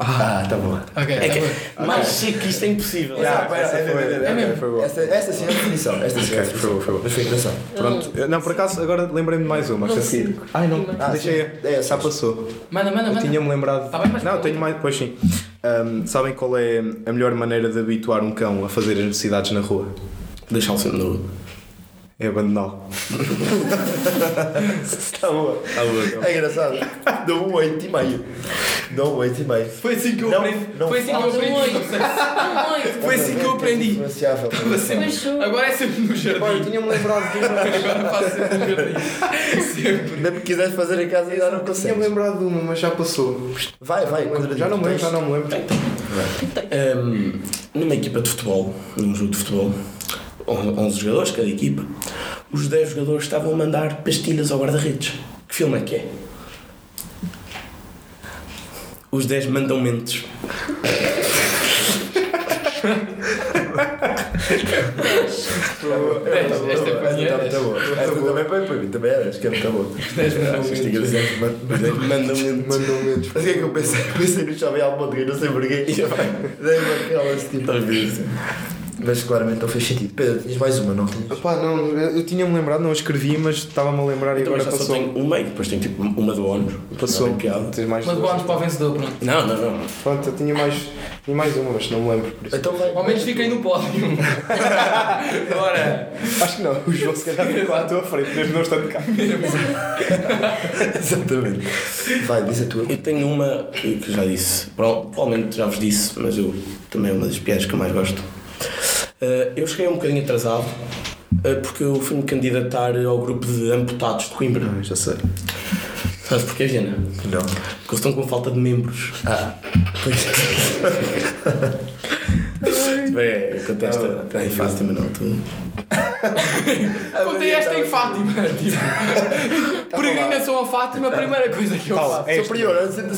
Speaker 2: Ah, tá boa.
Speaker 6: Ok,
Speaker 5: É
Speaker 6: tá bom.
Speaker 5: que mais chique isto é impossível.
Speaker 2: Yeah, pera,
Speaker 4: essa
Speaker 2: é,
Speaker 4: foi-
Speaker 2: é, é,
Speaker 4: ok,
Speaker 6: mesmo.
Speaker 4: foi boa.
Speaker 2: Esta, esta sim é a definição. Esta sim é a
Speaker 4: Ok, foi boa, foi
Speaker 2: definição.
Speaker 4: boa.
Speaker 2: Mas foi engraçado.
Speaker 4: Pronto. Não, por acaso, agora lembrei-me de mais uma.
Speaker 3: Vão
Speaker 4: que assim-
Speaker 3: cinco.
Speaker 4: Ai, não. Tá
Speaker 3: Sim,
Speaker 2: Ah,
Speaker 4: Deixei.
Speaker 2: sim. É,
Speaker 4: Já
Speaker 2: sabes.
Speaker 4: passou.
Speaker 6: Manda, manda,
Speaker 4: Eu
Speaker 6: manda.
Speaker 4: tinha-me lembrado.
Speaker 6: Tá bem, mas-
Speaker 4: Não, tenho mais. Pois sim. Ahm, sabem qual é a melhor maneira de habituar um cão a fazer as necessidades na rua?
Speaker 5: Deixá-lo sempre na rua.
Speaker 4: É abandoná-lo.
Speaker 2: Tá boa. É engraçado. Dou um 8 e meio. Dou um 8 e meio.
Speaker 6: Foi assim que eu
Speaker 2: Não,
Speaker 6: aprendi.
Speaker 2: não
Speaker 6: Foi assim que eu
Speaker 3: Falta um
Speaker 6: aprendi.
Speaker 3: oito. Falta um oito.
Speaker 6: Foi assim que eu aprendi.
Speaker 2: Influenciável.
Speaker 6: Estava
Speaker 3: uh,
Speaker 6: sempre. Agora é sempre no jardim.
Speaker 4: tinha-me lembrado de uma.
Speaker 6: Agora faço sempre no jardim. Sempre.
Speaker 2: Mesmo que quiseres fazer em casa, ainda não
Speaker 4: Tinha-me
Speaker 2: consegues.
Speaker 4: lembrado de uma, mas já passou.
Speaker 2: Vai, vai. contra-
Speaker 4: Já não me lembro, já não me lembro.
Speaker 5: Ahm, numa equipa de futebol, num jogo de futebol, on- 11 jogadores cada equipa, os 10 jogadores estavam a mandar pastilhas ao guarda-redes. Que filme é que é? Os 10 mandam mentes.
Speaker 6: Dez, Esta é para mim.
Speaker 2: Esta tá boa. Esta também foi para mim. Também era. Acho que é muito boa.
Speaker 6: Dez
Speaker 2: Isto é
Speaker 6: minutos.
Speaker 2: engraçado. Mano,
Speaker 5: Os 10 mandam mentes.
Speaker 2: Mandou menos. Mas o que é que eu pensei? Pensei no Xavier Almodri, não sei porquê.
Speaker 5: Já vai.
Speaker 2: Dei-me aquelas tipo.
Speaker 5: Talvez.
Speaker 2: Mas claramente não fez sentido. Pedro, tinhas mais uma, não tinhas?
Speaker 4: Pá, não, eu tinha-me lembrado, não a escrevi, mas estava-me a lembrar e
Speaker 5: Então
Speaker 4: agora
Speaker 5: já só
Speaker 4: passou.
Speaker 5: tenho uma e depois tenho tipo uma do ONU.
Speaker 4: Passou.
Speaker 5: Não tem piada.
Speaker 4: Tens mais
Speaker 6: Mas
Speaker 4: duas.
Speaker 6: vamos para o vencedor, pronto.
Speaker 5: Não, não, não.
Speaker 4: Pronto, eu tinha mais, tinha mais uma, mas não me lembro por isso.
Speaker 2: Então vai.
Speaker 6: Ao menos fiquei no pódio. Bora.
Speaker 4: Acho que não, o João se calhar ficou à tua frente, mesmo não estando cá.
Speaker 2: Exatamente. Vai, diz a tua.
Speaker 5: Eu tenho uma que já disse, pro- provavelmente já vos disse, mas eu também é uma das piadas que eu mais gosto. Eh, eu cheguei um bocadinho atrasado eh, porque eu fui-me candidatar ao grupo de amputados de Coimbra.
Speaker 2: Já sei.
Speaker 5: Sabes porquê, Viana?
Speaker 2: Não.
Speaker 5: Porque eles estão com falta de membros.
Speaker 2: Ah.
Speaker 5: Pois. Bem, eu contei esta tá em fase também, não. Tu...
Speaker 6: Contei esta em Fátima. Tipo, peregrinação a Fátima, a primeira coisa que eu faço.
Speaker 4: É isto,
Speaker 2: Superior, antes-
Speaker 4: é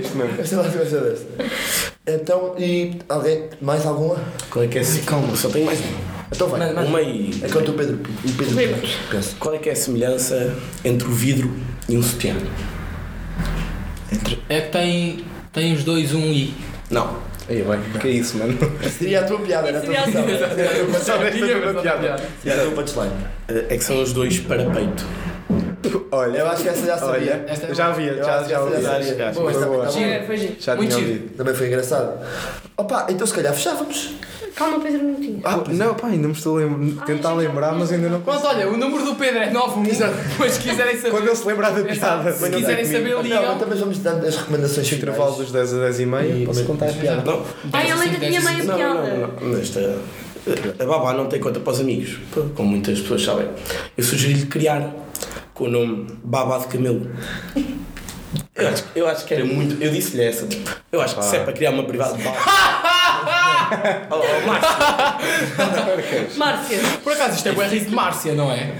Speaker 4: isto mesmo.
Speaker 2: Esta lá tu gosta desta. Então, e alguém, mais alguma?
Speaker 5: Qual é que é a Calma, só tenho mais um. uma.
Speaker 2: Então vai.
Speaker 6: Mano,
Speaker 5: Uma e.
Speaker 2: É que eu estou Pedro. O Pedro
Speaker 3: Pedro.
Speaker 2: Pensa.
Speaker 5: Qual é que é a semelhança entre o vidro e um sutiã?
Speaker 6: É que tem, tem os dois um I.
Speaker 5: Não.
Speaker 4: Aí bem, que é isso, mano.
Speaker 2: Seria a tua piada, era a tua
Speaker 3: Seria a tua
Speaker 2: versão.
Speaker 3: piada.
Speaker 2: Seria a tua-
Speaker 4: Só desta
Speaker 6: Tinha,
Speaker 4: mesma
Speaker 6: mas
Speaker 4: piada.
Speaker 2: Seria a tua punchline.
Speaker 5: Eh, É que são os dois para peito.
Speaker 4: Olha,
Speaker 2: Eu acho que essa já sabia.
Speaker 4: Olha,
Speaker 6: Esta é
Speaker 4: já
Speaker 6: boa.
Speaker 4: havia,
Speaker 2: Eu
Speaker 4: já,
Speaker 2: acho que
Speaker 4: já
Speaker 2: essa
Speaker 4: havia.
Speaker 2: já
Speaker 4: acho que
Speaker 2: sabia.
Speaker 4: acho.
Speaker 2: Boa,
Speaker 4: Foi
Speaker 2: esta-
Speaker 4: boa.
Speaker 2: tá bom.
Speaker 3: Foi giro.
Speaker 4: Já
Speaker 6: Muito
Speaker 4: tinha
Speaker 6: giro.
Speaker 4: ouvido.
Speaker 2: Também foi engraçado. Opa, então se calhar fechávamos.
Speaker 3: Calma, Pedro, não tinha.
Speaker 4: Ah, não, pá, ainda me estou a lembrar,
Speaker 3: Ai,
Speaker 4: tentar
Speaker 3: já
Speaker 4: lembrar,
Speaker 3: sabia.
Speaker 4: mas ainda não
Speaker 6: Mas olha, o número do Pedro é 91, mas se quiserem saber.
Speaker 4: Quando ele se lembrar da piada,
Speaker 6: Exato, se quiserem saber,
Speaker 2: Não,
Speaker 6: ligam.
Speaker 2: então mas vamos dando as recomendações finais.
Speaker 4: intervalo dos 10 a 10 e meia, posso contar a piada?
Speaker 5: Não?
Speaker 3: Ai,
Speaker 6: Dez,
Speaker 3: ela ainda
Speaker 6: cinco,
Speaker 3: tinha
Speaker 6: dez,
Speaker 3: meia
Speaker 5: Não,
Speaker 3: é piada.
Speaker 5: não, não, não. Esta, a babá não tem conta para os amigos, pô, como muitas pessoas sabem. Eu sugeri-lhe criar com o nome Babá de Camelo. Eu acho, eu acho que era muito. Eu disse-lhe essa, tipo, eu acho que se é para criar uma privada. oh, oh, Márcio,
Speaker 3: Márcia.
Speaker 6: Por acaso isto é o riso de Márcia, não é?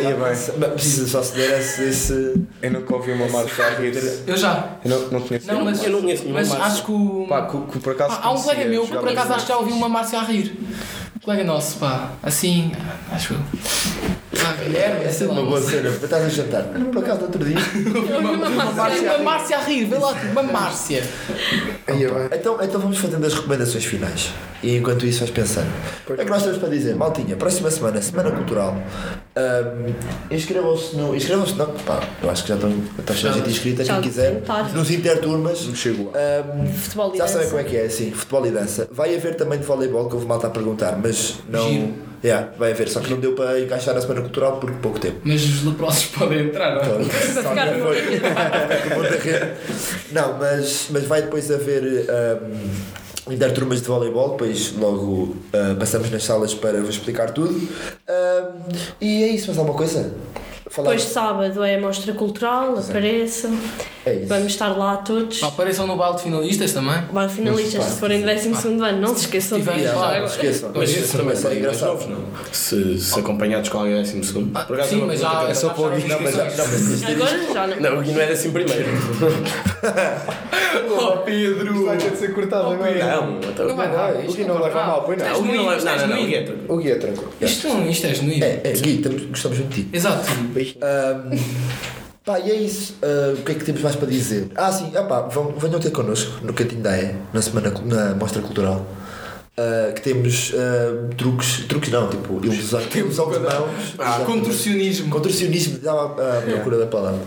Speaker 4: E bem,
Speaker 2: Ah, Mas Precisa só ceder esse. esse...
Speaker 4: eu nunca ouvi uma marcha a rir.
Speaker 6: Eu já.
Speaker 4: Eu não, não conheço.
Speaker 6: Não, mas,
Speaker 5: eu não conheço nenhuma
Speaker 6: mas
Speaker 5: Márcia.
Speaker 6: acho que o.
Speaker 4: Pá, que, que por acaso
Speaker 6: Ah, há um colega
Speaker 4: conhecia,
Speaker 6: meu que
Speaker 4: jogava
Speaker 6: por acaso
Speaker 4: junto.
Speaker 6: acho que já ouviu uma Márcia a rir. Um colega nosso, pá. Assim, acho eu. Ah, Guilherme,
Speaker 2: É
Speaker 6: sei
Speaker 2: sempre
Speaker 6: lá,
Speaker 2: uma
Speaker 6: não
Speaker 2: boa
Speaker 6: sei.
Speaker 2: cena. Estás a jantar. Por acaso, no outro dia.
Speaker 3: Eu ouvi uma Márcia.
Speaker 6: Uma Márcia a rir, vê lá, tipo, uma Márcia.
Speaker 4: Ia bem.
Speaker 2: Então, então vamos fazendo as recomendações finais. E enquanto isso vais pensando. O que é que nós temos para dizer? Maltinha, próxima semana, Semana Cultural. Ahm, inscrevam-se no. Inscrevam-se, não, pá, eu acho que já estão. Está cheia de gente inscrita, quem
Speaker 3: Já
Speaker 2: quiser.
Speaker 3: tentaram.
Speaker 2: Nos interturmas.
Speaker 4: Não chego lá.
Speaker 2: Ahm,
Speaker 3: Futebol e
Speaker 2: já sabem
Speaker 3: dança.
Speaker 2: como é que é, sim, futebol e dança. Vai haver também de voleibol, que eu vou malta a perguntar, mas não.
Speaker 6: Giro.
Speaker 2: Yeah, vai haver, só que não deu para encaixar a Semana Cultural por pouco tempo.
Speaker 6: Mas os leprosos podem entrar, não é?
Speaker 3: Para ficar no
Speaker 2: Vou derreter. Não, mas, mas vai depois haver um, interturmas de voleibol, depois logo hum, Hum, ah, passamos nas salas para vos explicar tudo. Ah, e é isso, mais alguma coisa? Falar...
Speaker 3: Depois sábado é a mostra cultural, apareçam.
Speaker 2: É isso.
Speaker 3: Vamos estar lá todos.
Speaker 6: Pá, Apareçam no balde de finalistas também.
Speaker 3: Vai finalistas, se forem do 12 segundo ano, não se esqueçam
Speaker 6: Estiver
Speaker 3: disso.
Speaker 6: lá,
Speaker 2: Ah, esqueçam.
Speaker 6: Mas
Speaker 2: Isso
Speaker 5: Esses
Speaker 2: também
Speaker 5: também são
Speaker 2: seria
Speaker 5: mais
Speaker 2: engraçado.
Speaker 5: novos, não? é Se, se acompanhados com alguém décimo segundo.
Speaker 6: Ah,
Speaker 5: Por acaso
Speaker 6: sim,
Speaker 5: é uma
Speaker 6: mas
Speaker 5: pergunta
Speaker 6: há-
Speaker 5: que eu
Speaker 6: há
Speaker 5: tenho.
Speaker 2: Só para ouvir. Não, mas já. Não, mas isso-
Speaker 3: Agora já não.
Speaker 5: Não, o Guiné é décimo primeiro.
Speaker 6: Oh Pedro!
Speaker 4: Vai ter de ser cortado agora.
Speaker 5: Não, então-
Speaker 4: é
Speaker 6: Não vai dar.
Speaker 2: o
Speaker 6: isto
Speaker 2: Gui não
Speaker 6: vai
Speaker 2: leva
Speaker 6: dar.
Speaker 2: mal, pois não.
Speaker 6: Isto é
Speaker 5: Não, o Guiné não
Speaker 6: genuíno,
Speaker 5: leva-
Speaker 6: isto é
Speaker 5: não, não, não, o
Speaker 6: genuíno.
Speaker 5: Guiné é tranquilo.
Speaker 2: O Gui é tranquilo.
Speaker 6: Isto não- Isto é genuíno.
Speaker 2: É, é, Gui, estamos- gostamos muito de ti.
Speaker 6: Exato.
Speaker 2: Ahm, pá, e é isso. Ah, o que é que temos mais para dizer? Ah, sim, ah, pá, vão, venham ter connosco no Cantinho da E, na semana, cu- na Mostra Cultural. Ah, que temos ah, truques, truques não, tipo, ilusão, ilusão de mãos.
Speaker 6: Ah, Contorcionismo. É.
Speaker 2: Contorcionismo, estava à procura da palavra.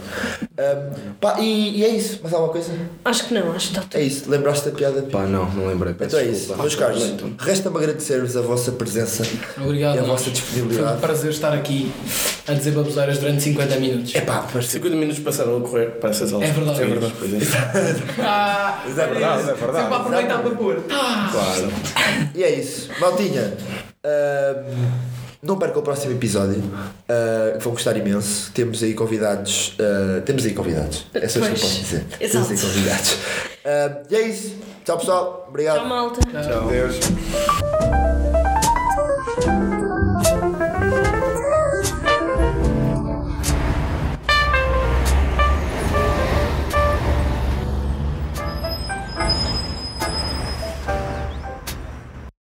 Speaker 2: Ahm, pá, e, e é isso. Mais alguma coisa?
Speaker 3: Acho que não, acho que está
Speaker 2: É isso. Lembraste da piada? Pi?
Speaker 4: Pá, não, não lembrei. Peço
Speaker 2: Então é isso.
Speaker 4: desculpa.
Speaker 2: Meus caros, resta-me agradecer-vos a vossa presença
Speaker 6: Obrigado.
Speaker 4: É
Speaker 2: e a
Speaker 6: nós.
Speaker 2: vossa
Speaker 6: Foi um
Speaker 2: disponibilidade.
Speaker 6: prazer estar aqui a dizer baboseiras durante 50 minutos.
Speaker 2: É pá, mas
Speaker 5: 50 minutos passaram a correr para essas aulas.
Speaker 6: É verdade.
Speaker 5: É verdade. Pois é.
Speaker 6: Ah,
Speaker 4: Mas é verdade, é verdade.
Speaker 6: Sempre a aproveitar para pôr. Ah,
Speaker 5: é. Claro.
Speaker 2: E é isso. Maltinha, ahm, não perca o próximo episódio, ah, que vão gostar imenso. Temos aí convidados. ah, temos aí convidados. É só isso que eu
Speaker 3: Pois.
Speaker 2: posso dizer.
Speaker 3: Exato.
Speaker 2: Temos aí convidados. Ah, e é isso. Tchau, pessoal. Obrigado.
Speaker 3: Tchau, malta.
Speaker 4: Tchau. Adeus.